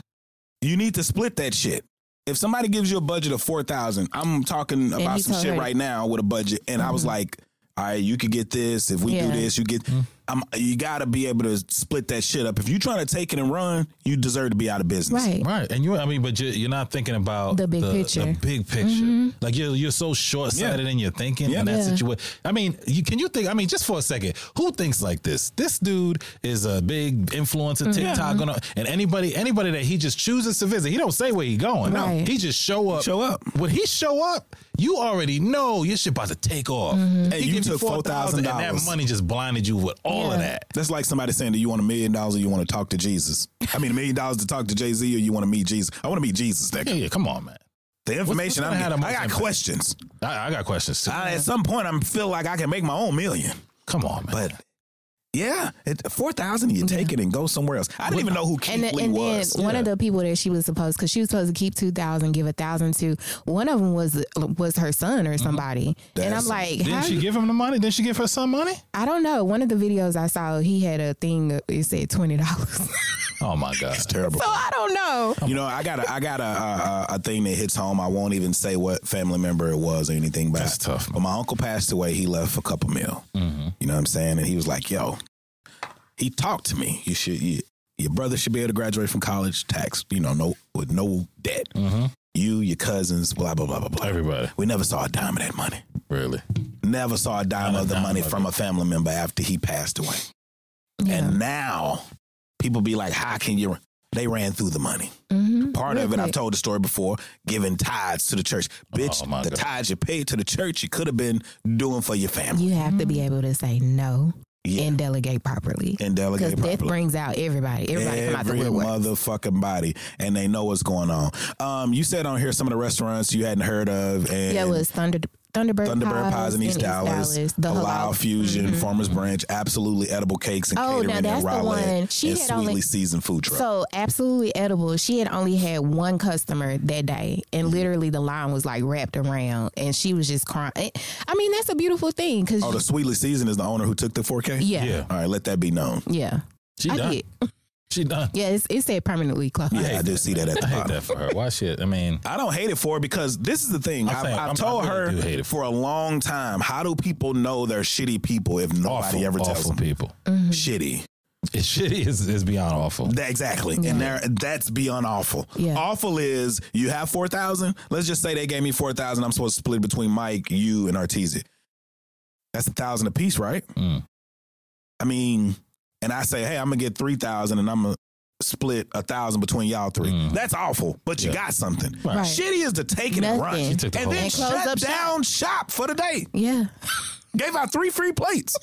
B: you need to split that shit. If somebody gives you a budget of four thousand, I'm talking about
A: he
B: some
A: told
B: shit
A: her- Mm-hmm.
B: right now with a budget, and I was like, all right, you could get this if we
A: Yeah.
B: do this, you get. I'm, you got to be able to split that shit up. If you're trying to take it and run, you deserve to be out of business.
A: right?
C: Right, and you, I mean, but you're, you're not thinking about
A: The big picture. Mm-hmm.
C: The big picture, like you're you're so short sighted in your thinking
B: Yeah.
C: in that
A: Yeah.
C: situation. I mean, you, can you think? I mean, just for a second, who thinks like this? This dude is a big
A: Mm-hmm.
C: influencer, TikTok, gonna, and anybody anybody that he just chooses to visit, he don't say where he going.
A: Right.
C: He just show up.
B: Show up.
C: When he show up, you already know your shit about to take off.
A: Mm-hmm.
C: And
B: Hey, you took
C: and that
B: $4,000.
C: money just blinded you with all of
A: Yeah.
C: that.
B: That's like somebody saying that you want a million dollars or you want to talk to Jesus. I mean, a million dollars to talk to Jay Z or you want to meet Jesus. I want to meet Jesus. That
C: Yeah, yeah, come on, man.
B: the information
C: gonna
B: I'm
C: have the
B: getting, I
C: most
B: got
C: impact?
B: questions.
C: I, I got questions too.
B: I, at some point, I feel like I can make my own million.
C: come on, man.
B: But yeah, it, four thousand, you take it and go somewhere else. I didn't even know who Keith
A: and, the-
B: Lee
A: and
B: was.
A: then one of
C: Yeah.
A: the people that she was supposed because she was supposed to keep 2000 give a thousand to one of them was was her son or somebody and i'm
B: Mm-hmm. That's-
A: like
C: Didn't
A: how
C: she
A: you-
C: give him the money? Didn't she give her some money?
A: i don't know one of the videos i saw he had a thing it said $20 (laughs) so
C: Oh my god.
B: Terrible.
A: i don't know
B: You know, I got a, I got a, a, a thing that hits home. I won't even say what family member it was or anything, but
C: That's tough, man.
B: When my uncle passed away, he left a couple mil.
C: Mm-hmm,
B: You know what I'm saying? And he was like, "Yo," he talked to me. You should, you, your brother should be able to graduate from college, tax, you know, no with no debt.
C: mm-hmm.
B: You, your cousins, blah blah blah blah blah.
C: Everybody,
B: We never saw a dime of that money.
C: really.
B: Never saw a dime
C: Not a
B: of the
C: dime
B: money
C: of
B: from a family member after he passed away.
A: yeah
B: And now people be like, how can you? They ran through the money.
A: Mhm.
B: Part of it,
A: Real
B: I've
A: quick.
B: told the story before, giving tithes to the church. Bitch,
C: Oh, my
B: the
C: God.
B: tithes you paid to the church, you could have been doing for your family.
A: you have to be able to say no
B: "Mm-hmm." Yeah.
A: and delegate properly
B: And delegate
A: because death
B: properly.
A: brings out everybody everybody come out the
B: Every
A: woodwork
B: motherfucking body, and they know what's going on. Um, you said on here some of the restaurants you hadn't heard of, and
A: yeah it was thunder thunderbird
B: Thunderbird Pies in East, Dallas,
A: the
B: Halal
A: halal Mm-hmm.
B: Fusion, Farmers Branch, Absolutely Edible Cakes and
A: Oh, now
B: Catering in
A: that's the
B: Raleigh,
A: one. She
B: and
A: had
B: Sweetly
A: only-
B: Seasoned Food Truck.
A: So absolutely edible. She had only had one customer that day, and
B: Mm-hmm.
A: literally the line was like wrapped around, and she was just crying. Eh, I mean, that's a beautiful thing because
B: Oh, the Sweetly Seasoned is the owner who took the 4K?
A: yeah, yeah,
C: Yeah.
B: All right, let that be known.
C: She
A: I
C: done.
A: did.
C: She done.
A: Yeah, it's, it said permanently closed.
B: Yeah, I do see that at the
C: I hate
B: bottom.
C: that for her. Why shit? I mean,
B: I don't hate it for her because this is the thing.
C: I'm
B: I've,
C: saying,
B: I've
C: I'm-
B: told
C: I really do
B: her
C: hate it
B: for a long time how do people know they're shitty people if nobody
C: awful,
B: ever tells
C: awful
B: them
C: people.
A: Mm-hmm.
B: shitty?
C: It's shitty. Is is beyond awful.
B: That- exactly. And there, that's beyond awful.
A: Yeah.
B: Awful is you have 4,000. Let's just say they gave me 4,000. I'm supposed to split between Mike, you, and Arteezy. That's a thousand a piece, right?
C: Mm.
B: I mean, and I say, hey, I'm gonna get three thousand, and I'm gonna split a thousand between y'all three.
C: Mm.
B: That's awful, but you got something.
A: Right.
B: Shitty is to take it and run,
A: Nothing. She
C: took the
B: and
C: whole
B: then
C: thing.
A: Close
B: shut
A: up shop.
B: down shop. for the day.
A: Yeah,
C: (laughs)
B: Gave out three free plates.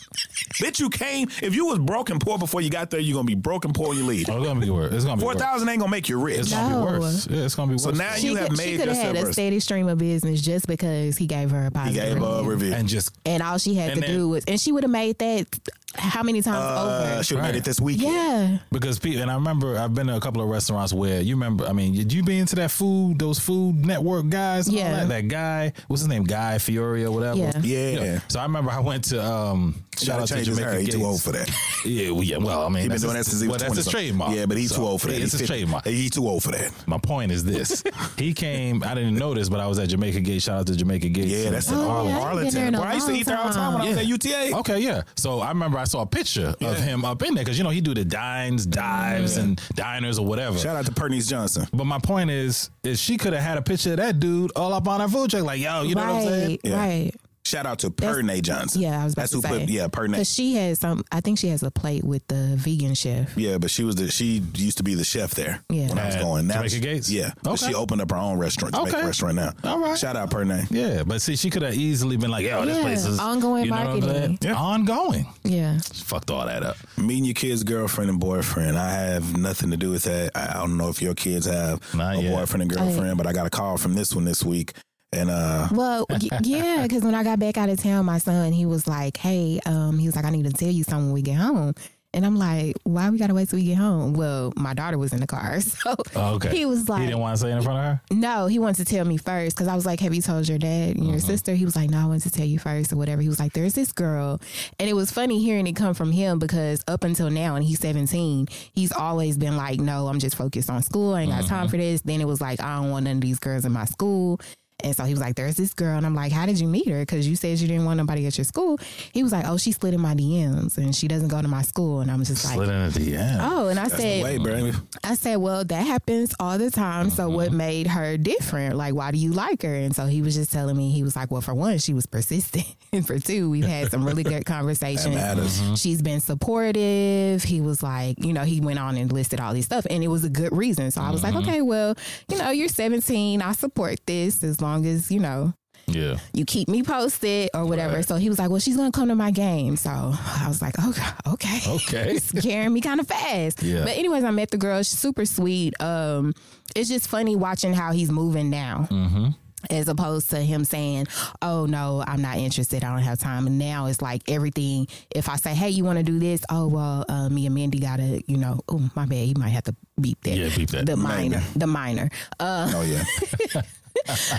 B: Bitch, you came. If you was broke and poor before you got there, you're gonna be broke and poor when you leave.
C: Oh, it's gonna be worse. It's gonna be
B: Four
C: worse.
B: thousand ain't gonna make you rich.
C: It's gonna
A: No.
C: be worse. Yeah, it's gonna be worse.
B: So now
A: She,
B: you have
A: could- she
B: made
A: could have
B: yourself
A: had a
B: worse.
A: steady stream of business just because he gave her a
B: He
A: positive
B: gave her a
A: review.
B: review.
C: and just
A: and all she had
C: And
A: to
C: then-
A: do was, and she would have made that how many times
B: Uh,
A: over?
B: should have
C: Right.
B: made it this weekend.
A: yeah,
C: because people and I remember I've been to a couple of restaurants where you remember I mean did you be into that food those food network guys and all
A: Yeah.
C: that, that guy what's his name Guy Fiore or whatever
A: Yeah.
B: Yeah.
C: so I remember I went to um shout out to
B: change his hair.
C: Jamaica
B: He
C: Gates
B: too old for
C: (laughs)
B: that.
C: yeah well, yeah well I mean
B: He been
C: that's
B: doing that
C: his-
B: since he
C: well,
B: was
C: that's his
B: 20
C: trademark
B: Yeah, but he's
C: So,
B: too old for that.
C: yeah,
B: He's
C: it's his
B: 50.
C: trademark
B: He's too old for that.
C: my point is
B: (laughs)
C: this he came I didn't know this but I was at Jamaica Gates shout out to Jamaica Gates
B: Yeah, that's in
A: Oh, yeah,
B: Arlington.
A: I ain't been there in a
B: Boy, I used to
A: long
B: eat there all the time when I
C: Yeah.
B: was at UTA.
C: (laughs) Okay, yeah. So I remember I saw a picture of him up in there because you know he do the dines, dives, and diners or whatever.
B: Shout out to Pernice Johnson.
C: But my point is, is she could have had a picture of that dude all up on her food truck, like yo, you know
A: right,
C: what I'm saying?
B: Yeah.
A: right.
B: Shout out to Pernay Johnson.
A: Yeah, I was about
B: That's
A: to
B: who
A: say.
B: put yeah, Pernay.
A: Because she has some. I think she has a plate with the vegan chef.
B: Yeah, but she was the she used to be the chef there
A: Yeah.
B: when I was
C: At
B: going. Now
C: Jamaica
B: she-
C: Gates?
B: Yeah, but
C: Okay.
B: she opened up her own restaurant. Jamaica
C: Okay.
B: restaurant now.
C: All right.
B: Shout out Pernay.
C: Yeah, but see, she could have easily been like, yo, this
A: Yeah,
C: place is
A: ongoing
C: you know what I'm
A: marketing.
C: saying?
B: Yeah.
C: Ongoing.
A: Yeah,
C: Fucked all that up.
B: Meeting your kid's girlfriend and boyfriend. I have nothing to do with that. I I don't know if your kids have
C: Not
B: a
C: yet.
B: boyfriend and girlfriend, but I got a call from this one this week. And uh
A: Well,
C: (laughs)
A: y- yeah, because when I got back out of town, my son he was like, "Hey," um, he was like, "I need to tell you something when we get home." And I'm like, "Why we gotta wait till we get home?" Well, my daughter was in the car, (laughs) so
C: Oh, okay.
A: he was like,
C: he didn't want to say it in front of her.
A: "No," he wanted to tell me first because I was like, "Have you told your dad and your
C: Mm-hmm.
A: sister?" He was like, "No, I wanted to tell you first or whatever." He was like, "There's this girl," and it was funny hearing it come from him because up until now, and he's 17, he's always been like, "No, I'm just focused on school. I ain't got
C: Mm-hmm.
A: time for this." Then it was like, "I don't want none of these girls in my school." And so he was like, "There's this girl," and I'm like, "How did you meet her? Because you said you didn't want nobody at your school." He was like, "Oh, she slid in my DMs, and she doesn't go to my school." And I'm just
C: Slid
A: like,
C: in at the end.
A: "Oh," and I
B: that's
A: said,
B: the way, bro.
A: I said, well, that happens all the time. So what made her different? Like, why do you like her? And so he was just telling me, he was like, well, for one, she was persistent. (laughs) and for two, we've had some really good conversations.
B: matters.
A: She's been supportive. He was like, you know, he went on and listed all these stuff and it was a good reason. So I was like, okay, well, you know, you're 17. I support this as long as, you know,
C: Yeah.
A: you keep me posted or whatever.
C: Right.
A: So he was like, well, she's going to come to my game. So I was like, oh, (laughs) okay
C: Okay.
A: scaring me kind of fast.
C: Yeah.
A: But anyways, I met the girl. She's super sweet. Um, it's just funny watching how he's moving now.
C: Mm-hmm.
A: As opposed to him saying, "Oh no, I'm not interested. I don't have time." And now it's like everything. If I say, "Hey, you want to do this?" Oh well, uh, me and Mandy gotta, you know. Oh my bad, he might have to beep that.
C: Yeah, beep that.
A: The minor, the minor. Uh, (laughs)
B: Oh yeah.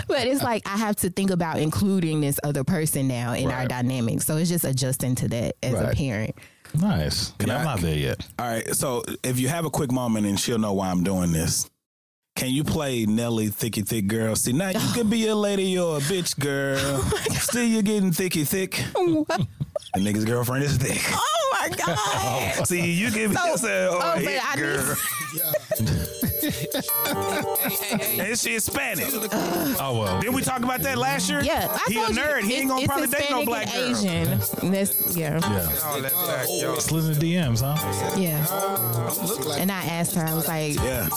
A: but it's like I have to think about including this other person now in our
C: Right.
A: dynamic. So it's just adjusting to that as a
B: Right.
A: parent. (laughs)
C: Nice. Yeah,
B: I-
C: I'm not there yet.
B: All right. So if you have a quick moment and she'll know why I'm doing this. Can you play Nelly Thicky Thick Girl? See, now you could be a lady or a
A: (laughs)
B: bitch girl.
A: Oh
B: Still, you're getting thicky thick. The nigga's girlfriend
A: (laughs)
B: is thick.
A: Oh my
C: (laughs)
A: god!
B: See, you give
A: So-
B: yourself
A: oh,
B: a
A: but
B: hit
A: I need-
B: girl.
A: (laughs)
B: (laughs) and she Hispanic.
C: Oh well.
B: Didn't we talk about that last year?
A: Yeah, I
B: he
A: told
B: a nerd.
A: You,
B: he ain't gonna
A: it's-
B: probably
A: it's
B: date no
A: Hispanic
B: black girl.
A: and Asian. And That's yeah,
C: Yeah.
F: All that black, yo.
C: Slid in the DMs, huh?
A: yeah. And I asked her, I was like,
B: Yeah.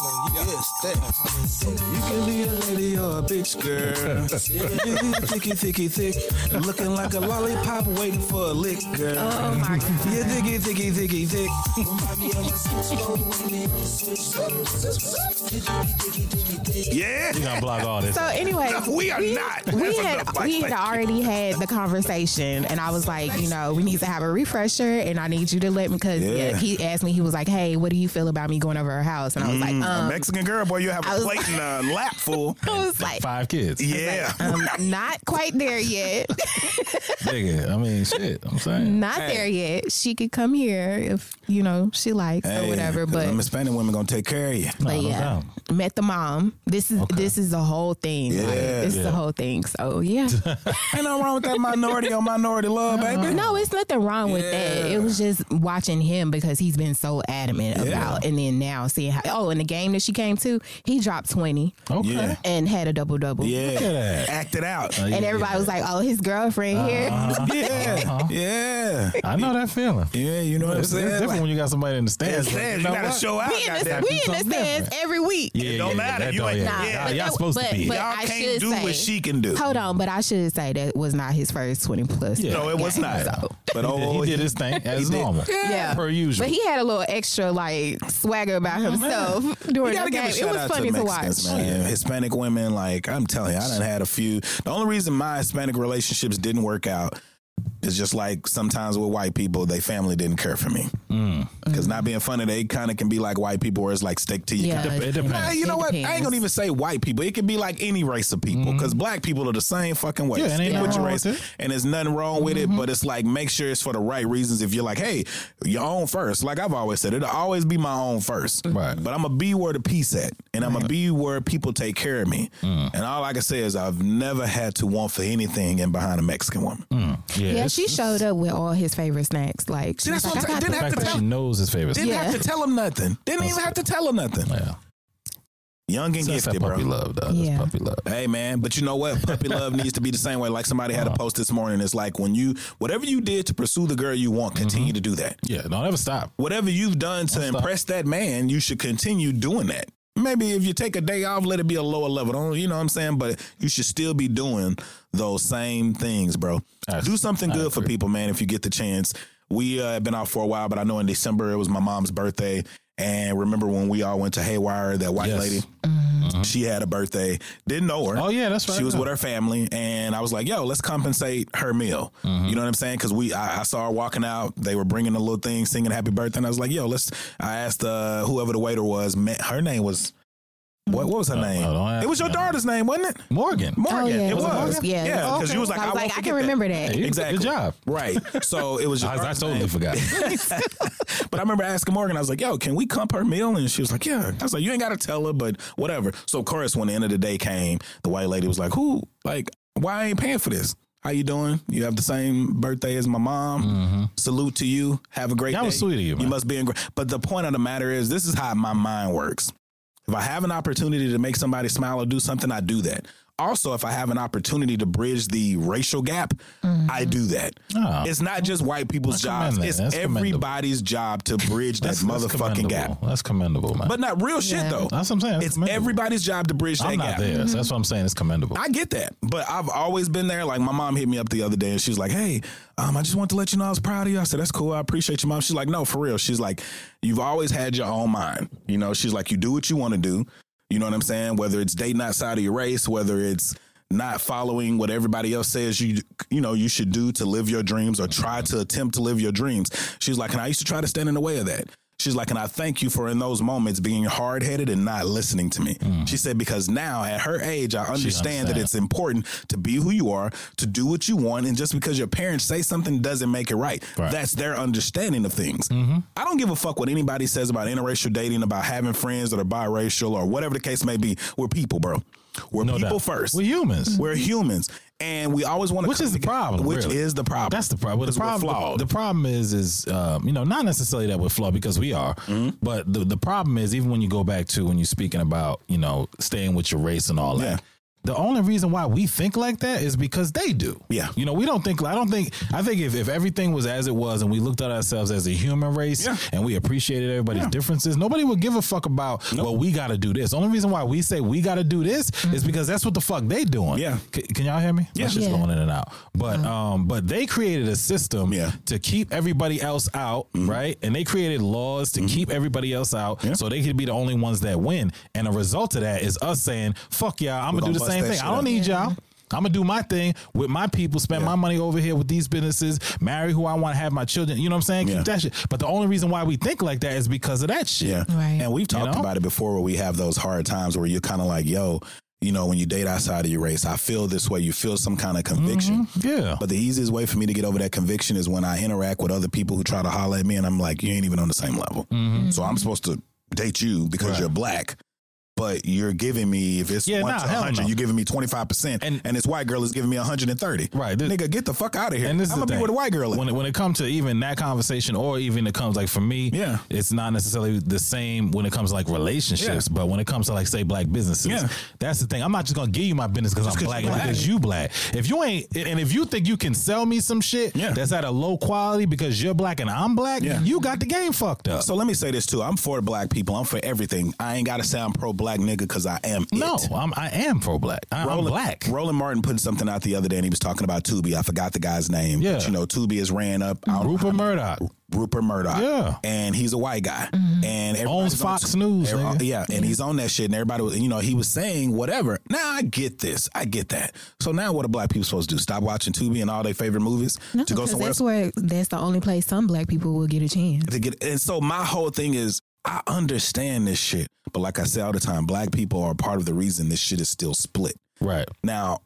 B: You can be a lady or a bitch girl. thicky, thicky, thick. Looking like a lollipop waiting for a lick, girl.
A: oh my god,
B: Yeah, thicky, thicky, thicky, thick. yeah. (laughs)
C: We gonna block all this.
A: So anyway,
B: No, we are not.
A: We
B: That's
A: had
B: enough, Mike.
A: we had
B: Thank you.
A: already had the conversation, and I was like, you know, we need to have a refresher, and I need you to let me because
B: Yeah.
A: yeah. he asked me, he was like, hey, what do you feel about me going over her house? And I was like,
B: A
A: um,
B: Mm, Mexican girl, boy, you have
A: I
B: a
A: was-
B: plate and a
A: (laughs)
B: lap full.
A: I was like,
C: Five kids.
B: Yeah.
A: um,
B: (laughs)
A: not quite there yet, (laughs)
C: Nigga. I mean shit. I'm saying.
A: not there yet. She could come here if you know she likes or whatever, but
B: them Hispanic women gonna take care of you.
C: No,
A: But
C: no
A: yeah,
C: doubt.
A: met the mom. This is this is the whole thing. Like,
B: Yeah.
A: this is
C: Yeah.
A: the whole thing. So
C: (laughs)
A: yeah,
B: Ain't no wrong with that minority on minority love, baby.
A: no, it's nothing wrong with that. It was just watching him because he's been so adamant about, and then now seeing how. Oh, and the game that she came to, he dropped twenty
C: Okay.
B: Yeah.
A: and had a double double.
C: Look at
B: Yeah.
C: that.
B: Act it out.
C: Uh,
A: And
C: yeah,
A: everybody
C: yeah. Ah.
A: was like, "Oh, his girlfriend
C: (laughs)
A: here."
B: Yeah. Yeah.
C: I know that feeling.
B: Yeah, you know what I'm
C: Uh-huh. It's, it's
B: saying?
C: different
B: Like,
C: when you got somebody in the stands.
B: yeah,
C: like,
B: you
C: know
B: gotta
C: what?
B: show out.
A: We in
B: goddamn.
A: the, we in the
C: something
A: stands
C: different.
A: every week.
C: Yeah,
B: It don't matter.
C: that
B: You
C: don't-
B: ain't-
A: Nah,
B: yeah,
A: but
C: y'all
A: that-
C: supposed to
A: but-
C: be.
A: but
B: Y'all
A: I
B: can't
A: should
B: do
A: say-
B: what she can do.
A: Hold on, but I should say that was not his first twenty plus.
C: Yeah.
B: No, it was
A: game,
B: not.
A: so-
B: But
C: He did-
B: oh,
C: he did his thing as
B: did.
C: normal.
A: Yeah.
C: Per usual.
A: But he had a little extra like swagger
B: Oh,
A: about himself (laughs) during the game. It was funny to, watch.
B: Man. Hispanic women, like I'm telling you, I done had a few. The only reason my Hispanic relationships didn't work out is just like sometimes with white people, they family didn't care for me.
C: Mm.
B: Because not being funny, they kind of can be like white people, where it's like stick to you.
A: Yeah,
C: Dep- it
B: Nah,
C: depends.
B: you know
A: It
B: what? I ain't
A: depends.
B: gonna even say white people. It could be like any race of people because black people are the same fucking way.
C: Mm-hmm. Yeah, and ain't
B: Stick
C: nothing
B: with your
C: wrong
B: race,
C: with it.
B: and there's nothing wrong with
C: Mm-hmm.
B: it. But it's like make sure it's for the right reasons. If you're like, hey, your own first. Like I've always said, it'll always be my own first.
C: Right.
B: But I'm gonna be where the peace at, and I'm gonna be where people take care of me.
C: Mm.
B: And all I can say is I've never had to want for anything in behind a Mexican woman.
C: Mm.
A: Yeah,
C: it's-
A: she showed up with all his favorite snacks. Like, she
B: that's
A: was
B: what
A: like,
B: I'm
A: I
B: saying.
A: got
B: Didn't
A: this.
B: have
C: The fact
B: to
C: that
B: tell-
C: she knows his favorite
B: Didn't
C: snack.
B: have to tell him nothing. Didn't even have to tell him nothing.
C: Yeah.
B: Young and
C: That's
B: gifted,
C: that
B: bro.
C: puppy love, though. That's
A: Yeah.
C: puppy love.
B: Hey man, but you know what? Puppy
C: (laughs)
B: love needs to be the same way. Like somebody
C: Uh-huh.
B: had a post this morning. It's like when you whatever you did to pursue the girl you want, continue
C: Mm-hmm.
B: to do that.
C: Yeah, don't ever stop.
B: Whatever you've done to impress that man, you should continue doing that. Maybe if you take a day off, let it be a lower level. Don't you know what I'm saying? But you should still be doing those same things, bro. do something good for people, man, if you get the chance. We uh, have been out for a while, but I know in December it was my mom's birthday. And remember when we all went to Haywire, that white
C: Yes.
B: lady? She had a birthday. Didn't know her.
C: Oh, yeah, that's right.
B: She was
C: Yeah.
B: with her family, and I was like, "Yo, let's compensate her meal."
C: Mm-hmm.
B: You know what I'm saying? Because we, I, I saw her walking out. They were bringing a little thing, singing "Happy Birthday," and I was like, "Yo, let's." I asked uh, whoever the waiter was. Ma- Her name was what? What was her name?
C: no, don't ask
B: it was your
C: me.
B: daughter's name, wasn't it?
C: Morgan.
A: Oh,
B: Morgan.
A: yeah.
B: It was.
A: Yeah.
B: Yeah. Because you was like,
A: I
B: I,
A: was
B: won't
A: like, I
B: forget
A: can remember that.
C: Hey,
B: Exactly.
C: Good job.
B: Right. So it
C: (laughs)
B: was. Your
C: I, I
B: daughter's
C: totally
B: name. (laughs)
C: forgot.
B: but I remember asking Morgan, I was like, yo, can we comp her meal? And she was like, yeah. I was like, you ain't got to tell her, but whatever. So, of course, when the end of the day came, the white lady was like, who, like, why I ain't paying for this? How you doing? You have the same birthday as my mom. Salute to you. Have a great
C: That
B: day.
C: Mm-hmm. was sweet of you, man.
B: You must be in. gr- But the point of the matter is, this is how my mind works. If I have an opportunity to make somebody smile or do something, I do that. Also, if I have an opportunity to bridge the racial gap, I do that.
C: Oh.
B: It's not just white people's
C: I commend
B: jobs.
C: that.
B: It's
C: That's commendable.
B: everybody's job
C: (laughs)
B: to bridge that motherfucking
C: commendable.
B: gap.
C: That's commendable, man.
B: But not real shit
A: Yeah.
B: though.
C: that's what I'm saying. That's
B: it's
C: commendable.
B: everybody's job to bridge that
C: I'm
B: gap.
C: not there. So that's what I'm saying. It's commendable.
B: I get that, but I've always been there. Like my mom hit me up the other day, and she's like, "Hey, um, I just wanted to let you know I was proud of you." I said, "That's cool. I appreciate you, mom." She's like, "No, for real." She's like, "You've always had your own mind. You know." She's like, "You do what you want to do. You know what I'm saying? Whether it's dating outside of your race, whether it's not following what everybody else says you you know you should do to live your dreams or try to attempt to live your dreams." She's like, "And I used to try to stand in the way of that." She's like, and I thank you for in those moments being hard headed and not listening to me.
C: Mm.
B: She said, because now at her age, I understand that it's important to be who you are, to do what you want. And just because your parents say something doesn't make it right.
C: Right. Mm-hmm.
B: That's their understanding of things. I don't give a fuck what anybody says about interracial dating, about having friends that are biracial or whatever the case may be. We're people, bro. We're
C: No doubt.
B: people first.
C: We're humans.
B: We're humans. And we always want to.
C: Mm-hmm. Which is the problem?
B: Which
C: really.
B: is the problem.
C: That's the problem. The
B: 'Cause we're
C: problem,
B: flawed.
C: The, problem is, is um, you know, not necessarily that we're flawed because we are,
B: Mm-hmm.
C: but the the problem is even when you go back to when you're speaking about you know staying with your race and all
B: Yeah.
C: that. The only reason why we think like that is because they do.
B: Yeah.
C: You know, we don't think, I don't think, I think if, if everything was as it was and we looked at ourselves as a human race
B: Yeah.
C: and we appreciated everybody's differences, nobody would give a fuck about, well, we got to do this. Only reason why we say we got to do this is because that's what the fuck they doing.
B: Mm-hmm. Yeah.
C: C- can y'all hear me?
B: Yeah.
C: That's just
A: Yeah.
C: going in and out. But um, but they created a system
B: Mm-hmm. Yeah. Mm-hmm.
C: to keep everybody else out, right? And they created laws to keep everybody else out, so they could be the only ones that win. And a result of that is us saying, "Fuck y'all, I'm
B: We're
C: gonna
B: gonna
C: do the
B: bust
C: same
B: that
C: thing.
B: shit
C: I don't
B: up."
C: need y'all." I'm gonna do my thing with my people, spend
B: Yeah.
C: my money over here with these businesses, marry who I want to have my children. You know what I'm saying?
B: Yeah.
C: Keep that shit. But the only reason why we think like that is because of that shit.
B: Yeah.
A: Right.
B: And we've talked
C: know?
B: about it before where we have those hard times where you're kind of like, yo, you know, when you date outside of your race, I feel this way. You feel some kind of
C: Mm-hmm.
B: conviction.
C: Yeah.
B: But the easiest way for me to get over that conviction is when I interact with other people who try to holler
C: Mm-hmm.
B: at me and I'm like, you ain't even on the same level. So I'm supposed to date you because you're black. But you're giving me if it's
C: Yeah,
B: one
C: nah,
B: to
C: hell
B: hundred,
C: no.
B: you're giving me twenty five percent,
C: And-
B: and this white girl is giving me hundred and thirty.
C: Right, this-
B: nigga, get the fuck out of here.
C: And this
B: I'm
C: is the
B: gonna
C: thing.
B: be with a white girl.
C: When it, when it comes to even that conversation, or even it comes like for me,
B: Yeah.
C: it's not necessarily the same when it comes to like relationships.
B: Yeah.
C: But when it comes to like say black businesses,
B: Yeah.
C: that's the thing. I'm not just gonna give you my business because I'm
B: 'cause
C: black,
B: you're
C: and
B: black.
C: because you black. If you ain't, and if you think you can sell me some shit
B: Yeah.
C: that's at a low quality because you're black and I'm black,
B: Yeah.
C: you got the game fucked up.
B: so let me say this too. I'm for black people. I'm for everything. I ain't gotta sound pro black nigga because I am.
C: no,
B: it.
C: I'm I am pro black. I'm black.
B: Roland Martin put something out the other day, and he was talking about Tubi. I forgot the guy's name.
C: Yeah.
B: but, you know, Tubi has ran up. I don't know
C: Rupert
B: how many-
C: Murdoch.
B: Rupert Murdoch.
C: Yeah.
B: and he's a white guy,
A: Mm-hmm.
B: and
C: Owns
B: everybody's on
C: Fox
B: Tu-
C: News,
B: every-
C: nigga.
B: yeah, and he's on that shit, and everybody, was, you know, he was saying whatever. Now I get this, I get that. So now what are black people supposed to do? Stop watching Tubi and all their favorite movies
A: No,
B: to go
A: 'cause
B: somewhere else?
A: that's where that's the only place some black people will get a chance.
B: to get and so my whole thing is I understand this shit. But like I say all the time, black people are part of the reason this shit is still split.
C: Right.
B: Now,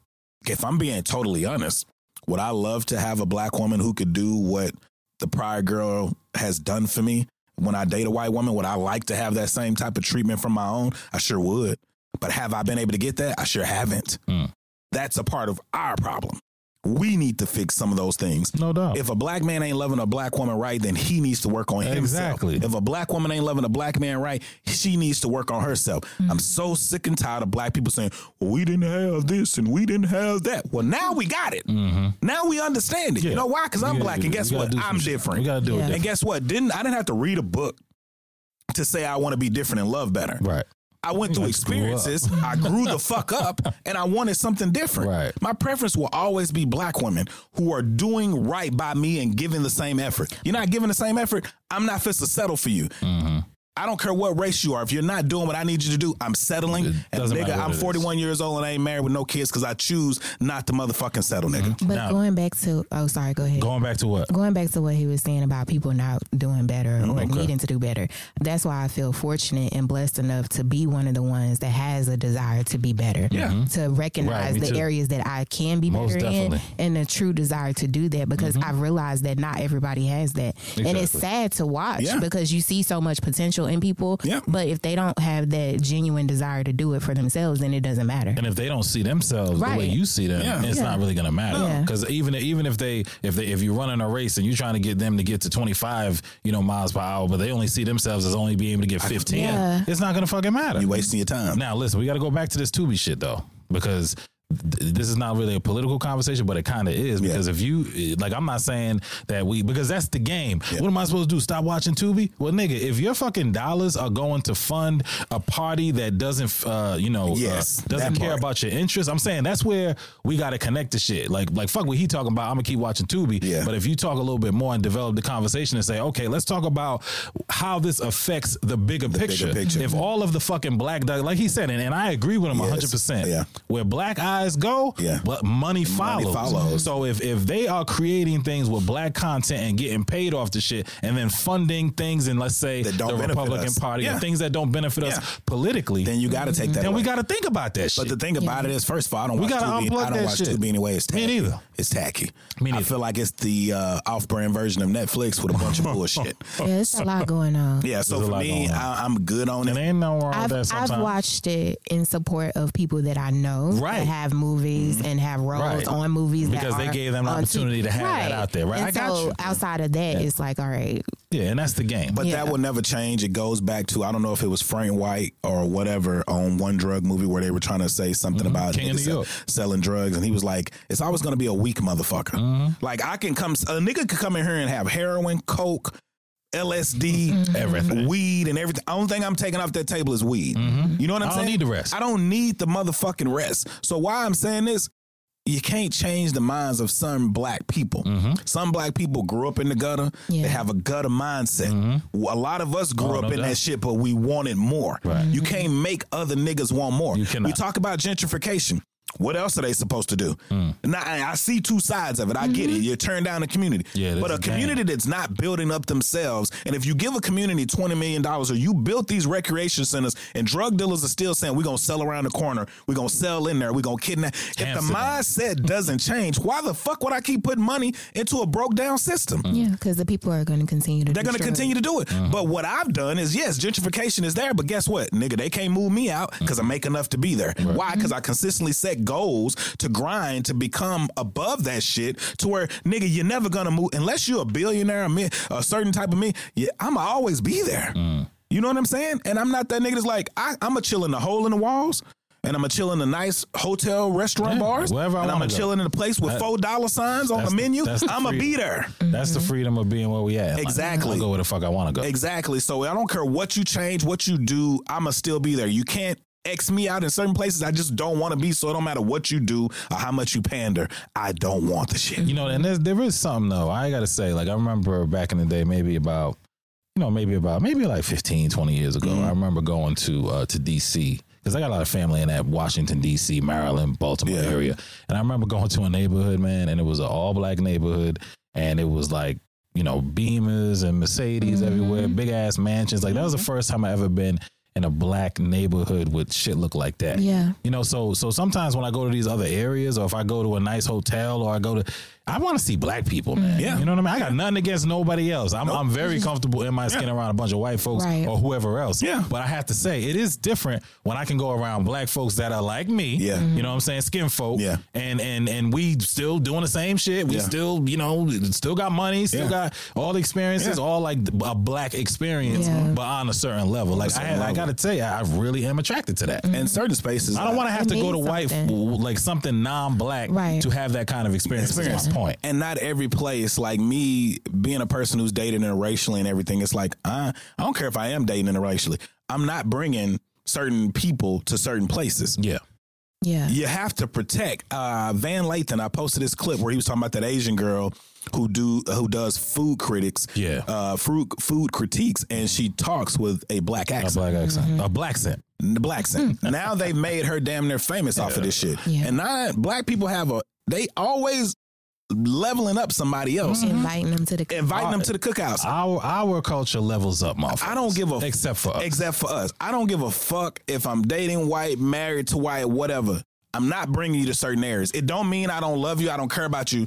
B: if I'm being totally honest, would I love to have a black woman who could do what the prior girl has done for me when I date a white woman? Would I like to have that same type of treatment from my own? I sure would. But have I been able to get that? I sure haven't.
C: Mm.
B: That's a part of our problem. We need to fix some of those things.
C: No doubt.
B: If a black man ain't loving a black woman right, then he needs to work on himself.
C: Exactly.
B: If a black woman ain't loving a black man right, she needs to work on herself. I'm so sick and tired of black people saying, well, we didn't have this and we didn't have that. Well, now we got it. Now we understand it.
C: Mm-hmm. Yeah.
B: You know why? Because
C: We
B: I'm
C: gotta
B: black,
C: do-
B: and
C: we
B: guess
C: gotta
B: what?
C: do some
B: I'm
C: shit.
B: different.
C: We gotta do it
A: Yeah.
B: And
C: different.
B: guess what? Didn't I didn't have to read a book to say I want to be different and love better.
C: Right.
B: I went through
C: I grew up.
B: experiences. I grew the fuck up and I wanted something different.
C: Right.
B: My preference will always be black women who are doing right by me and giving the same effort. You're not giving the same effort. I'm not fit to settle for you.
C: Mm-hmm.
B: I don't care what race you are. If you're not doing what I need you to do, I'm settling. And
C: doesn't
B: nigga,
C: matter what
B: I'm
C: it is.
B: 41 years old and I ain't married with no kids because I choose not to motherfucking settle, nigga.
A: But
C: Now-
A: going back to oh sorry, go ahead.
C: Going back to what?
A: going back to what he was saying about people not doing better or needing to do better, that's why I feel fortunate and blessed enough to be one of the ones that has a desire to be better.
B: Yeah.
A: To
C: Right,
A: recognize
C: me
A: the
C: too.
A: areas that I can be
C: Most
A: better
C: definitely. Mm-hmm.
A: in and a true desire to do that because I've realized that not everybody has that. And it's
C: Exactly.
A: sad to watch
B: Yeah.
A: because you see so much potential in people,
B: Yeah.
A: but if they don't have that genuine desire to do it for themselves, then it doesn't matter.
C: and if they don't see themselves the way
A: Right.
C: you see them,
B: Yeah.
C: it's
A: Yeah.
C: not really gonna matter.
A: No.
C: Because even even if they if they if you're running a race and you're trying to get them to get to 25, you know, miles per hour, but they only see themselves as only being able to get 15,
A: Yeah.
C: it's not gonna fucking matter.
B: You wasting your time.
C: Now, listen, we got to go back to this Tubi shit though, because th- this is not really a political conversation, but it kind of is
B: Yeah.
C: because if you like, I'm not saying that we because that's the game. What am I supposed to do? Stop watching Tubi? Well, nigga, if your fucking dollars are going to fund a party that doesn't, uh, you know, uh,
B: Yes,
C: doesn't
B: that
C: care
B: part.
C: about your interests, I'm saying that's where we got to connect the shit. Like, like fuck what he talking about. I'm gonna keep watching Tubi.
B: Yeah.
C: But if you talk a little bit more and develop the conversation and say, okay, let's talk about how this affects the bigger
B: bigger
C: picture.
B: picture.
C: If all of the fucking black dog, like he said, and, and I agree with him
B: Yes.
C: hundred percent.
B: Yeah.
C: Where black eyes go,
B: Yeah.
C: but money follows.
B: follows.
C: So if if they are creating things with black content and getting paid off the shit, and then funding things in let's say
B: That don't
C: the
B: benefit
C: Republican
B: us.
C: Party
B: Yeah.
C: or things that don't benefit
B: Yeah.
C: us politically,
B: Then
C: then,
B: you got to take that.
C: we
B: away.
C: got to think about that shit.
B: But the thing about it is, first of all, I don't
C: We
B: watch
C: gotta
B: Tubi.
C: unplug
B: I
C: that
B: don't watch
C: shit.
B: Tubi anyway. It's
C: Me
B: tacky.
C: neither.
B: It's tacky.
C: Me neither.
B: I feel like it's the uh, off-brand version of Netflix with a bunch of
C: (laughs)
B: bullshit.
A: Yeah, it's a lot going on.
B: Yeah, so
C: There's a
B: for
C: lot
B: me,
C: going on.
B: I, I'm good on
C: and
B: it.
C: ain't no wrong with
A: I've,
C: that.
A: I've
C: Sometimes
A: watched it in support of people that I know
C: Right. Mm-hmm.
A: that have movies and have roles
C: Right.
A: on movies that
C: Because they
A: are
C: gave them the
A: on T-
C: opportunity to have that
A: Right.
C: out there, right?
A: And
C: I got
A: so
C: you.
A: outside of that, it's like all right,
C: yeah, and that's the game.
B: But
A: Yeah.
B: that will never change. It goes back to I don't know if it was Frank White or whatever on one drug movie where they were trying to say something about
C: Mm-hmm. King of
B: niggas
C: New
B: sell-
C: York.
B: selling drugs, and he was like, "It's always going to be a weak motherfucker.
C: Mm-hmm.
B: Like I can come, a nigga could come in here and have heroin, coke." LSD,
C: Mm-hmm. Everything. Mm-hmm.
B: weed, and everything. Only thing I'm taking off that table is weed. You know what I'm
C: I don't
B: saying?
C: need the rest.
B: I don't need the motherfucking rest. So why I'm saying this you can't change the minds of some black people.
C: Mm-hmm.
B: Some black people grew up in the gutter. They
A: Yeah.
B: have a gutter mindset. A lot of us grew
C: Oh,
B: up
C: no
B: in
C: doubt.
B: that shit, but we wanted more.
C: Right.
B: You can't make other niggas want more.
C: You cannot.
B: We talk about gentrification. What else are they supposed to do?
C: Mm.
B: Now I, I see two sides of it. I get it. You turn down the community,
C: Yeah, that's
B: but
C: a
B: a
C: game.
B: community that's not building up themselves, and if you give a community twenty million dollars, or you built these recreation centers, and drug dealers are still saying we're gonna sell around the corner, we're gonna sell in there, we're gonna kidnap. If the
C: Amsterdam.
B: mindset doesn't change, why the fuck would I keep putting money into a broke down system?
A: Yeah, because the people are going to continue to.
B: They're going to continue to do it.
C: Uh-huh.
B: But what I've done is, yes, gentrification is there, but guess what? Nigga, they can't move me out because I make enough to be there. Why? Because I consistently set goals to grind to become above that shit to where, nigga, you're never going to move. Unless you're a billionaire, a, mi- a certain type of me, yeah, I'm going to always be there.
C: Mm.
B: You know what I'm saying? And I'm not that nigga that's like, I, I'm going to chill in the hole in the walls. And I'm gonna chill in a nice hotel, restaurant,
C: Yeah,
B: bars.
C: wherever I
B: and I'm
C: wanna
B: gonna
C: go.
B: chill in a place with
C: That-
B: four dollar signs on
C: that's
B: the
C: the-
B: menu.
C: that's the
B: I'm gonna be
C: freedom.
B: there.
C: That's
A: Mm-hmm.
C: the freedom of being where we at. Like,
B: Exactly.
C: I'll go where the fuck I want to go.
B: Exactly. So I don't care what you change, what you do, I'ma still be there. You can't X me out in certain places. I just don't want to be. So it don't matter what you do or how much you pander. I don't want the shit.
C: You know, and there's, there is something though. I gotta say, like I remember back in the day, maybe about, you know, maybe about maybe like 15, 20 years ago. I remember going to uh, to DC because I got a lot of family in that Washington D.C., Maryland, Baltimore
B: Yeah.
C: area, and I remember going to a neighborhood, man, and it was an all black neighborhood, and it was like. You know, Beamers and Mercedes everywhere, big ass mansions. Like that was the first time I ever been in a black neighborhood with shit look like that.
A: Yeah.
C: You know, so so sometimes when I go to these other areas, or if I go to a nice hotel, or I go to, I want to see black people, man.
B: Mm-hmm. Yeah. Mm-hmm.
C: you know what I mean. I got nothing against nobody else. I'm I'm very comfortable in my skin around a bunch of white folks
A: Right.
C: or whoever else.
B: Yeah.
C: but I have to say it is different when I can go around black folks that are like me.
B: Yeah.
C: you know what I'm saying, skin folk.
B: Yeah.
C: and and and we still doing the same shit. We
B: Yeah.
C: still you know still got money, still
B: Yeah.
C: got all the experiences,
B: Yeah.
C: all like a black experience,
A: Yeah.
C: but on a certain level. Like
B: certain
C: I, I
B: level.
C: got to tell you, I really am attracted to that.
B: And certain spaces,
C: I don't want to have
A: It
C: to go to
A: means
C: white,
A: something.
C: w- like something non-black,
A: Right.
C: to have that kind of experience. Is my point.
B: And not every place, like me being a person who's dating interracially and everything, it's like I, I don't care if I am dating interracially. I'm not bringing certain people to certain places.
C: Yeah,
A: Yeah.
B: you have to protect. Uh, Van Lathan, I posted this clip where he was talking about that Asian girl who do who does food critics,
C: Yeah.
B: uh, food food critiques, and she talks with a black
C: a
B: accent,
C: black accent,
A: Mm-hmm.
C: a black accent.
B: the black accent. now they've made her damn near famous off of this shit,
A: Yeah.
B: and now black people have a they always leveling up somebody else,
A: Mm-hmm. Inviting them to the
B: inviting them to the cookouts.
C: Our our culture levels up, motherfucker.
B: I don't give a
C: except for us.
B: except for us. I don't give a fuck if I'm dating white, married to white, whatever. I'm not bringing you to certain areas. It don't mean I don't love you. I don't care about you.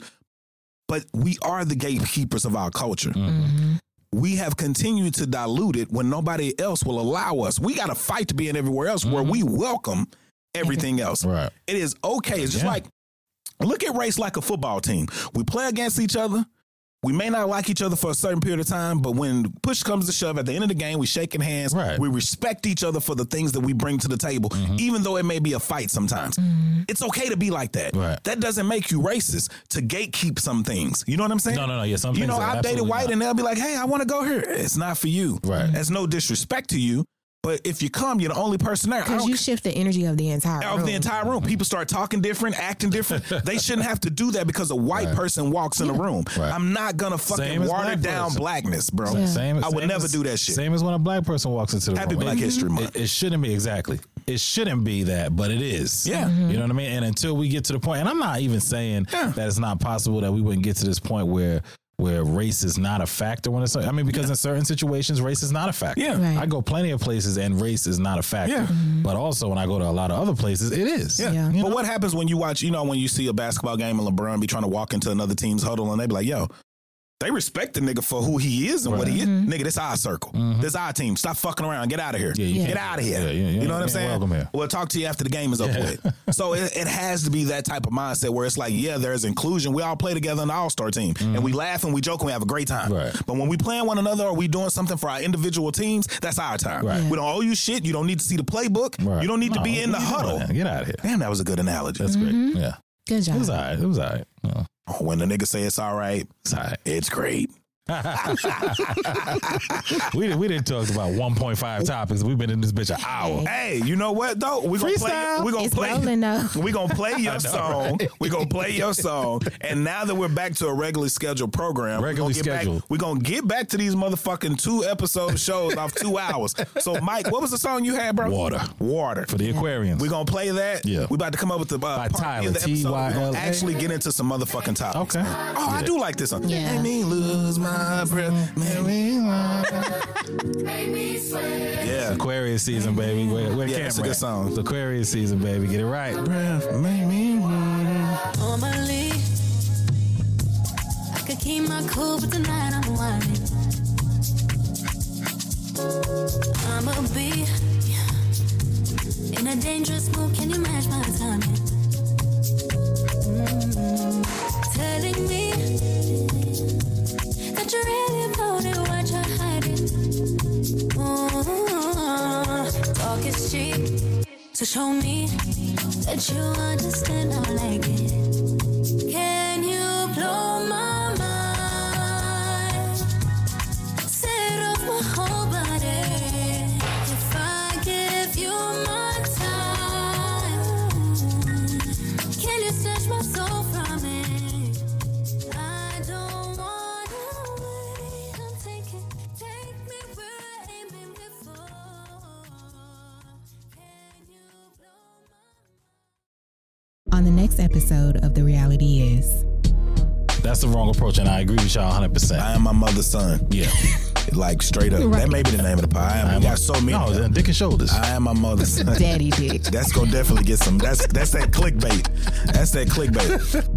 B: But we are the gatekeepers of our culture.
A: Mm-hmm.
B: We have continued to dilute it when nobody else will allow us. We got to fight to be in everywhere else where
C: Mm-hmm.
B: we welcome
C: (laughs)
B: everything else.
C: Right.
B: It is okay. It's just
C: Yeah.
B: like look at race like a football team. We play against each other. We may not like each other for a certain period of time, but when push comes to shove, at the end of the game, we shaking hands.
C: Right. Mm-hmm.
B: We respect each other for the things that we bring to the table, even though it may be a fight sometimes. It's okay to be like that.
C: Right.
B: That doesn't make you racist to gatekeep some things. You know what I'm saying?
C: No, no, no, yeah, some
B: you
C: things
B: know,
C: are
B: I've dated
C: absolutely
B: white,
C: not.
B: and they'll be like, "Hey, I want to go here." It's not for you.
C: Right.
B: That's no disrespect to you, but if you come, you're the only person there. I
A: because
B: don't
A: you Oh. shift the energy of the entire
B: of
A: room.
B: the entire room. People start talking different, acting
C: (laughs)
B: different. they shouldn't have to do that because a white person walks in the room.
C: Right.
B: I'm not gonna fucking
C: Same as
B: water
C: black
B: down
C: person.
B: blackness, bro.
A: Yeah.
C: Same.
B: I would
C: same
B: never
C: as-
B: do that shit.
C: Same as when a black person walks into the
B: Happy
C: room.
B: Black
C: It-
B: History Month.
C: It, it shouldn't be exactly. It shouldn't be that, but it is.
B: Yeah.
A: Mm-hmm.
C: You know what I mean? And until we get to the point, and I'm not even saying
B: Yeah.
C: that it's not possible that we wouldn't get to this point where where race is not a factor when it's I mean because in certain situations race is not a factor.
B: Yeah.
A: Right. Mm-hmm.
C: I go plenty of places and race is not a factor.
B: Yeah.
C: But also when I go to a lot of other places it is.
B: Yeah.
A: Yeah.
B: But what happens when you watch, you know, when you see a basketball game and LeBron be trying to walk into another team's huddle and they be like, yo, they respect the nigga for who he is and what he is. Nigga, this our circle. This our team. Stop fucking around. Get out of here.
C: Mm-hmm. Yeah, you
B: Get
C: can't-
B: out of here.
C: Yeah, yeah,
B: you
C: yeah,
B: know what
C: you
B: I'm
C: ain't
B: saying?
C: welcome here.
B: We'll talk to you after the game is over
C: (laughs)
B: with. So it, it has to be that type of mindset where it's like, yeah, there's inclusion. We all play together in the all-star team. And we laugh and we joke and we have a great time.
C: Mm-hmm. Right.
B: But when we playing one another or we doing something for our individual teams, that's our time.
C: Right.
B: We don't owe you shit. You don't need to see the playbook.
C: Right.
B: You don't need to
C: No,
B: be in the
C: what you doing
B: huddle.
C: now? Get out of here.
B: Damn, that was a good analogy.
C: That's
A: Mm-hmm.
C: great. Yeah.
A: Good
C: It
A: job.
C: was
B: Mm-hmm.
C: all right. It was all right. Yeah.
B: When the nigga say it's all right,
C: It's all right.
B: it's great.
C: we didn't- we didn't talk about 1.5 topics. We've been in this bitch an hour.
B: Hey, you know what though? We gonna play.
C: Freestyle.
B: We gonna
A: It's
B: play.
A: rolling, though.
B: (laughs) We gonna play your song. We gonna play your song. And now that we're back to a regularly scheduled program,
C: Regularly
B: we gonna get
C: scheduled.
B: Back, we gonna get back to these motherfucking two episode shows off two hours. So, Mike, what was the song you had, bro?
C: Water.
B: Water.
C: For the aquariums.
B: we gonna play that.
C: Yeah.
B: We about to come up with the uh, part B
C: Tyler,
B: of the episode. We gonna
C: T.Y.L.A..
B: actually get into some motherfucking topics.
C: Okay.
B: man. Oh, I do like this one.
A: Yeah.
B: Let me lose my breath. Let me- Yeah.
C: Aquarius season, baby. Where, where
B: Yeah,
C: camera
B: that's a good
C: at?
B: song.
C: It's Aquarius season, baby. Get it right.
B: Breath. Make me
F: Normally, I could keep my cool, but tonight I'm whining. I'm a bee in a dangerous mood. Can you match my timing? Mm. Telling me that you're really about it, why you hiding? Ooh, Mm-hmm. talk is cheap, so show me that you understand I like it. Can you blow my mind? Set off my whole body. If I give you my time, can you snatch my soul from it? I don't wanna wait. I'm taking, take me where I ain't been before. Can you blow my
A: On the next episode of The Reality Is.
C: That's the wrong approach, and I agree with y'all 100. percent
B: I am my mother's son. (laughs)
C: Yeah,
B: Like straight up. That may be the name of the pod. I am, we got so many.
C: no, then dick and shoulders.
B: I am my mother's son.
C: (laughs)
A: Daddy Dick.
B: That's gonna definitely get some. That's that's that clickbait. That's that clickbait.